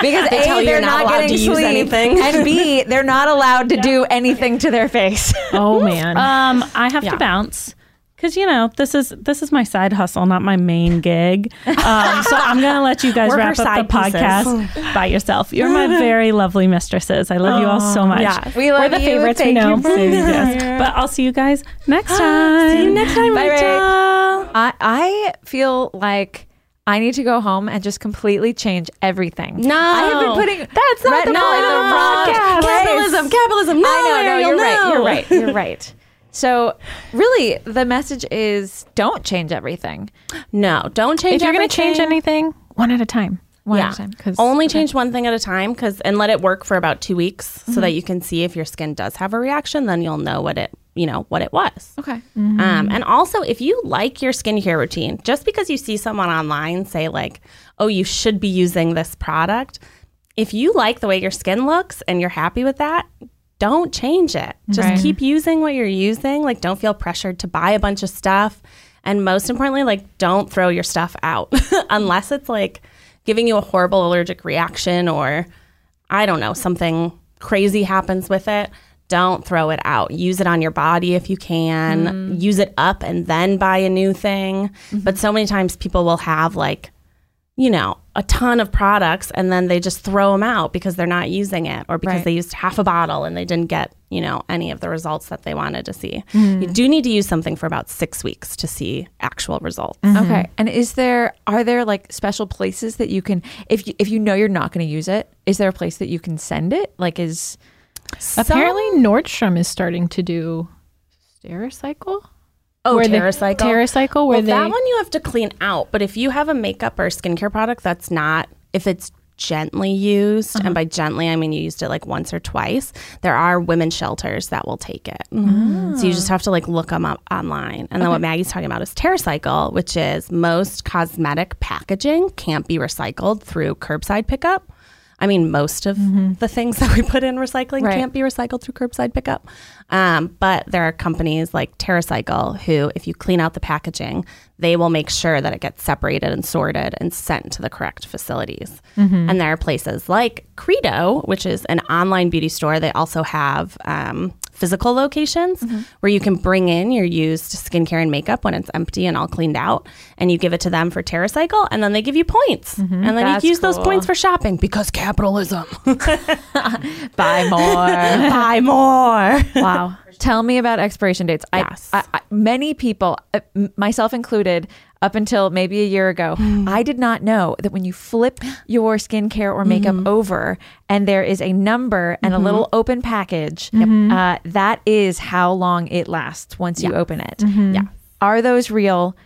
Speaker 4: because
Speaker 2: They tell
Speaker 4: A,
Speaker 2: you
Speaker 4: they're
Speaker 2: you're not
Speaker 4: not,
Speaker 2: allowed
Speaker 4: getting
Speaker 2: to use
Speaker 4: sleep,
Speaker 2: anything.
Speaker 4: and B, they're not allowed to do anything to their face.
Speaker 3: Oh man.
Speaker 5: Um, I have to bounce because you know this is this is my side hustle, not my main gig. Um, so I'm gonna let you guys
Speaker 2: We're her
Speaker 5: wrap up
Speaker 2: side
Speaker 5: the
Speaker 2: pieces.
Speaker 5: podcast by yourself. You're my very lovely mistresses. I love you all so much.
Speaker 2: yeah.
Speaker 4: We
Speaker 5: We're
Speaker 4: love
Speaker 5: the
Speaker 4: you.
Speaker 5: favorites, we
Speaker 4: Thank
Speaker 5: know.
Speaker 4: you for being
Speaker 5: Yes. But I'll see you guys next time.
Speaker 2: Mm-hmm.
Speaker 5: see you next time,
Speaker 4: Bye, Rachel.
Speaker 5: Rachel.
Speaker 4: I, I feel like I need to go home and just completely change everything.
Speaker 2: No.
Speaker 4: I have been putting
Speaker 2: That's not the
Speaker 4: retinol
Speaker 2: point
Speaker 4: in
Speaker 2: of the
Speaker 4: wrong
Speaker 2: podcast.
Speaker 4: place.
Speaker 2: Capitalism, capitalism. No,
Speaker 4: I know, no,
Speaker 2: Ariel,
Speaker 4: you're right.
Speaker 2: no.
Speaker 4: You're right. You're right. So, really, the message is don't change everything.
Speaker 2: No, don't change
Speaker 3: if you're going to
Speaker 2: everything.
Speaker 3: change anything, one at a time.
Speaker 4: One
Speaker 2: yeah.
Speaker 4: at a time.
Speaker 3: 'cause-
Speaker 2: Only change one thing at a time cause, and let it work for about two weeks so that you can see if your skin does have a reaction. Then you'll know what it, you know, what it was.
Speaker 4: Okay.
Speaker 2: Um, and also, if you like your skincare routine, just because you see someone online say, like, oh, you should be using this product, if you like the way your skin looks and you're happy with that, don't change it. Just keep using what you're using. Like, don't feel pressured to buy a bunch of stuff. And most importantly, like, don't throw your stuff out unless it's like giving you a horrible allergic reaction or I don't know, something crazy happens with it, don't throw it out. Use it on your body if you can. Use it up and then buy a new thing. But so many times people will have like, you know, a ton of products and then they just throw them out because they're not using it or because
Speaker 4: Right.
Speaker 2: they used half a bottle and they didn't get, you know, any of the results that they wanted to see. You do need to use something for about six weeks to see actual results.
Speaker 4: Okay. And is there are there like special places that you can if you, if you know you're not going to use it, is there a place that you can send it? Like is
Speaker 3: Apparently, Nordstrom is starting to do Stericycle.
Speaker 2: Oh,
Speaker 3: Where they-
Speaker 2: TerraCycle.
Speaker 3: TerraCycle, where
Speaker 2: well, that
Speaker 3: they-
Speaker 2: one you have to clean out. But if you have a makeup or skincare product that's not, if it's gently used,
Speaker 3: Uh-huh.
Speaker 2: and by gently I mean you used it like once or twice, there are women shelters that will take it.
Speaker 3: Mm-hmm.
Speaker 2: So you just have to like look them up online. And then what Maggie's talking about is TerraCycle, which is most cosmetic packaging can't be recycled through curbside pickup. I mean, most of the things that we put in recycling
Speaker 4: Mm-hmm. Right.
Speaker 2: can't be recycled through curbside pickup. Um, but there are companies like TerraCycle who, if you clean out the packaging, they will make sure that it gets separated and sorted and sent to the correct facilities.
Speaker 4: Mm-hmm.
Speaker 2: And there are places like Credo, which is an online beauty store. They also have um, physical locations
Speaker 4: Mm-hmm.
Speaker 2: where you can bring in your used skincare and makeup when it's empty and all cleaned out, and you give it to them for TerraCycle, and then they give you points, and then
Speaker 4: Mm-hmm. That's
Speaker 2: you can use those
Speaker 4: cool.
Speaker 2: points for shopping because capitalism.
Speaker 4: buy more?
Speaker 2: Buy more.
Speaker 4: Wow. Tell me about expiration dates. I,
Speaker 2: Yes.
Speaker 4: I, I many people, uh, m- myself included, up until maybe a year ago,
Speaker 2: Hmm.
Speaker 4: I did not know that when you flip your skincare or makeup
Speaker 2: Mm-hmm.
Speaker 4: over and there is a number and a little open package, uh, that is how long it lasts once you open it.
Speaker 2: Mm-hmm. Yeah. Mm-hmm.
Speaker 4: Are those real?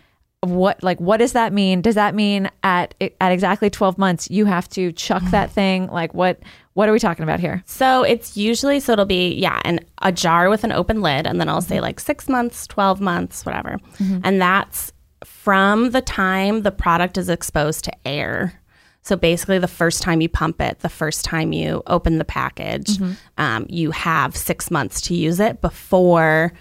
Speaker 4: What like what does that mean? Does that mean at at exactly twelve months you have to chuck that thing? Like what what are we talking about here?
Speaker 2: So it's usually so it'll be yeah, and a jar with an open lid, and then I'll say like six months, twelve months, whatever, and that's from the time the product is exposed to air. So basically, the first time you pump it, the first time you open the package, um, you have six months to use it before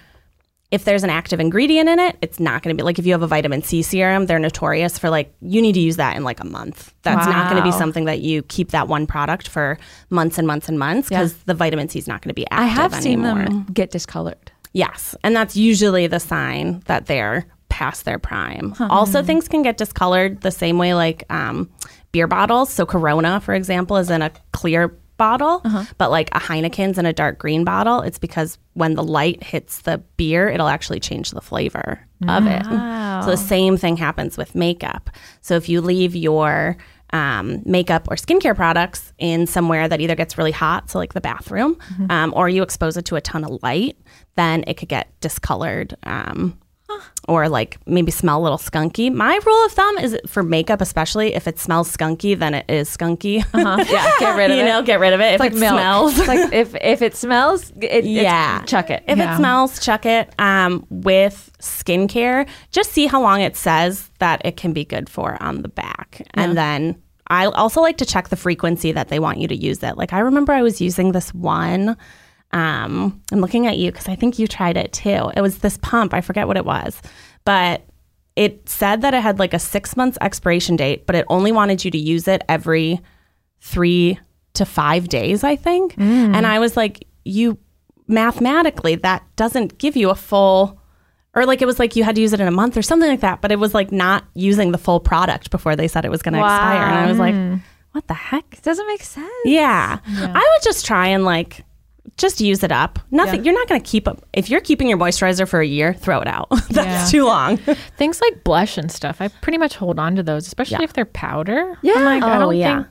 Speaker 2: if there's an active ingredient in it, it's not going to be like if you have a vitamin C serum, they're notorious for like you need to use that in like a month. That's not going to be
Speaker 4: Wow.
Speaker 2: something that you keep that one product for months and months and months because the vitamin C is not going to be active
Speaker 4: I have seen
Speaker 2: anymore.
Speaker 4: them get discolored.
Speaker 2: Yes, and that's usually the sign that they're past their prime. Also, things can get discolored the same way like um, beer bottles. So Corona, for example, is in a clear bottle, but like a Heineken's in a dark green bottle. It's because when the light hits the beer, it'll actually change the flavor of it. So the same thing happens with makeup. So if you leave your um, makeup or skincare products in somewhere that either gets really hot, so like the bathroom, um, or you expose it to a ton of light, then it could get discolored um, or like maybe smell a little skunky. My rule of thumb is for makeup, especially if it smells skunky, then it is skunky.
Speaker 4: yeah, Uh-huh. get rid of
Speaker 2: you
Speaker 4: it.
Speaker 2: know, get rid of it. if
Speaker 4: It's like
Speaker 2: it
Speaker 4: milk.
Speaker 2: smells,
Speaker 4: It's like if if it smells, it, yeah,
Speaker 2: Yeah.
Speaker 4: chuck it.
Speaker 2: If
Speaker 3: Yeah.
Speaker 2: it smells, chuck it. Um, with skincare, just see how long it says that it can be good for on the back. And then I also like to check the frequency that they want you to use it. Like I remember I was using this one. Um, I'm looking at you because I think you tried it too. It was this pump. I forget what it was, but it said that it had like a six months expiration date, but it only wanted you to use it every three to five days, I think. And I was like, you mathematically, that doesn't give you a full, or like it was like you had to use it in a month or something like that, but it was like not using the full product before they said it was going to expire. And I was like, what the heck?
Speaker 4: It doesn't make sense.
Speaker 2: Yeah. I would just try and like, just use it up. Nothing. You're not going to keep up. If you're keeping your moisturizer for a year, throw it out. That's too long.
Speaker 3: Things like blush and stuff, I pretty much hold on to those, especially if they're powder. Yeah. I'm like, I
Speaker 2: Oh,
Speaker 3: don't
Speaker 2: yeah.
Speaker 3: think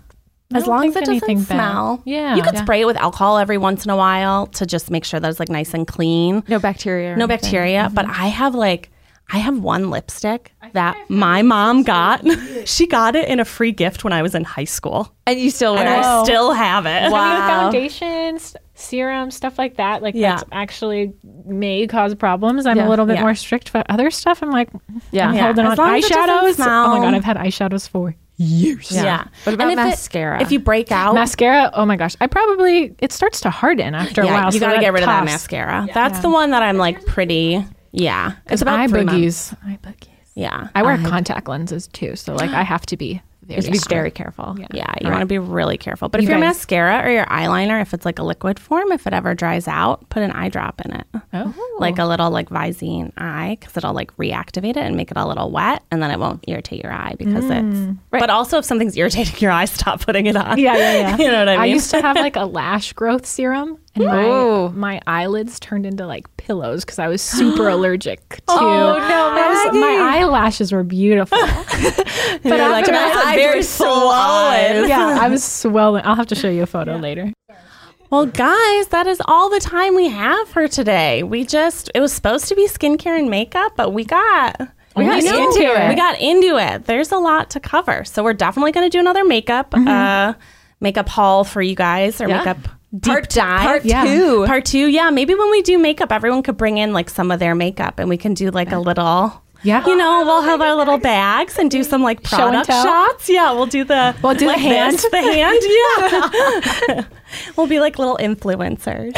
Speaker 2: as
Speaker 3: don't
Speaker 2: long as
Speaker 3: think
Speaker 2: it doesn't
Speaker 3: anything bad.
Speaker 2: smell.
Speaker 3: Yeah.
Speaker 2: You could
Speaker 3: Yeah.
Speaker 2: spray it with alcohol every once in a while to just make sure that it's like nice and clean.
Speaker 4: No bacteria. or
Speaker 2: No
Speaker 4: anything.
Speaker 2: bacteria. But I have like I have one lipstick that my mom got. she got it in a free gift when I was in high school.
Speaker 4: And you still
Speaker 2: And
Speaker 4: wear it.
Speaker 2: I still have it.
Speaker 3: I mean, foundations, serums, stuff like that, like
Speaker 2: Yeah.
Speaker 3: that's actually may cause problems. I'm a
Speaker 4: Yeah.
Speaker 3: little bit
Speaker 2: Yeah.
Speaker 3: more strict, but other stuff, I'm like,
Speaker 4: Yeah.
Speaker 3: I'm
Speaker 4: Yeah.
Speaker 3: holding
Speaker 2: As
Speaker 3: on.
Speaker 2: long as it doesn't
Speaker 3: Eyeshadows. Oh my
Speaker 2: smell.
Speaker 3: god, I've had eyeshadows for
Speaker 2: Yeah.
Speaker 4: What about
Speaker 2: And if it-
Speaker 4: mascara?
Speaker 2: if you break out,
Speaker 3: mascara. Oh my gosh, I probably it starts to harden after a
Speaker 2: yeah,
Speaker 3: while.
Speaker 2: you
Speaker 3: so
Speaker 2: gotta get rid of that
Speaker 3: toss-
Speaker 2: mascara. That's the one that I'm like pretty. Yeah, it's about
Speaker 3: eye
Speaker 2: three months.
Speaker 3: boogies. Eye boogies.
Speaker 2: Yeah,
Speaker 3: I wear contact lenses too, so like I have to be very,
Speaker 4: Just be very careful.
Speaker 2: Yeah, you want to be really careful. But if your
Speaker 3: guys-
Speaker 2: mascara or your eyeliner, if it's like a liquid form, if it ever dries out, put an eye drop in it.
Speaker 3: Oh.
Speaker 2: Like a little like Visine eye because it'll like reactivate it and make it a little wet and then it won't irritate your eye because it's. But also if something's irritating your eye, stop putting it on.
Speaker 3: Yeah, yeah, yeah.
Speaker 2: you know what I mean?
Speaker 3: I used to have like a lash growth serum, and my, my eyelids turned into like pillows because I was super allergic to. Oh no, my eyelashes were beautiful, but
Speaker 2: like,
Speaker 3: after
Speaker 2: "My
Speaker 3: that,
Speaker 2: eyes were swollen."
Speaker 3: yeah, I was swollen. I'll have to show you a photo later.
Speaker 2: Well, guys, that is all the time we have for today. We just it was supposed to be skincare and makeup, but we got we
Speaker 3: got into it.
Speaker 2: We got into it. There's a lot to cover, so we're definitely going to do another makeup
Speaker 3: Mm-hmm.
Speaker 2: uh, makeup haul for you guys or makeup deep dive part
Speaker 3: Yeah. two.
Speaker 2: part two. Yeah, maybe when we do makeup, everyone could bring in like some of their makeup, and we can do like a little.
Speaker 3: Yeah. Oh,
Speaker 2: you know, we'll have our little bags and do some like
Speaker 3: and
Speaker 2: product
Speaker 3: tell.
Speaker 2: shots. Yeah, we'll do the we'll
Speaker 3: do the hand.
Speaker 2: the hand. Yeah. We'll be like little influencers.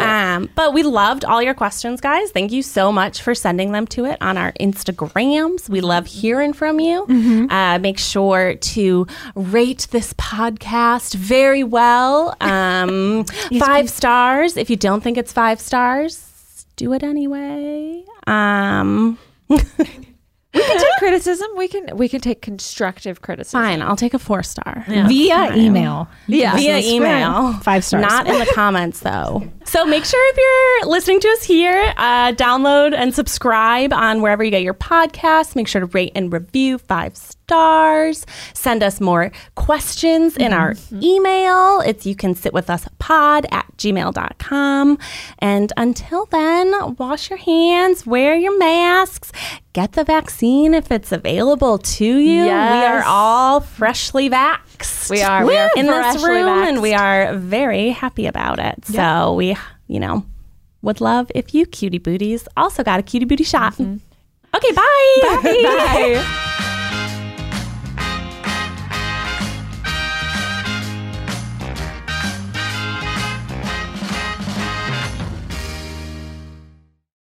Speaker 2: Um, but we loved all your questions, guys. Thank you so much for sending them to it on our Instagrams. We love hearing from you. Uh, make sure to rate this podcast very well. Um, five stars. If you don't think it's five stars, do it anyway. Um,
Speaker 4: take criticism. We can we can take constructive criticism.
Speaker 2: fine, I'll take a four star.
Speaker 3: Via email.
Speaker 4: Yeah.
Speaker 2: via email.
Speaker 3: Five stars.
Speaker 2: Not in the comments though. So make sure if you're listening to us here, uh, download and subscribe on wherever you get your podcasts. Make sure to rate and review five stars. Send us more questions in our
Speaker 3: Mm-hmm.
Speaker 2: email. It's you can sit with us pod at gmail.com. And until then, wash your hands, wear your masks. Get the vaccine if it's available to you. We
Speaker 4: Yes.
Speaker 2: are all freshly vaxxed.
Speaker 4: We are. We are
Speaker 2: in this
Speaker 4: freshly
Speaker 2: room, and
Speaker 4: vaxxed.
Speaker 2: we are very happy about it. So we, you know, would love if you cutie booties also got a cutie booty shot. Okay, bye. Bye.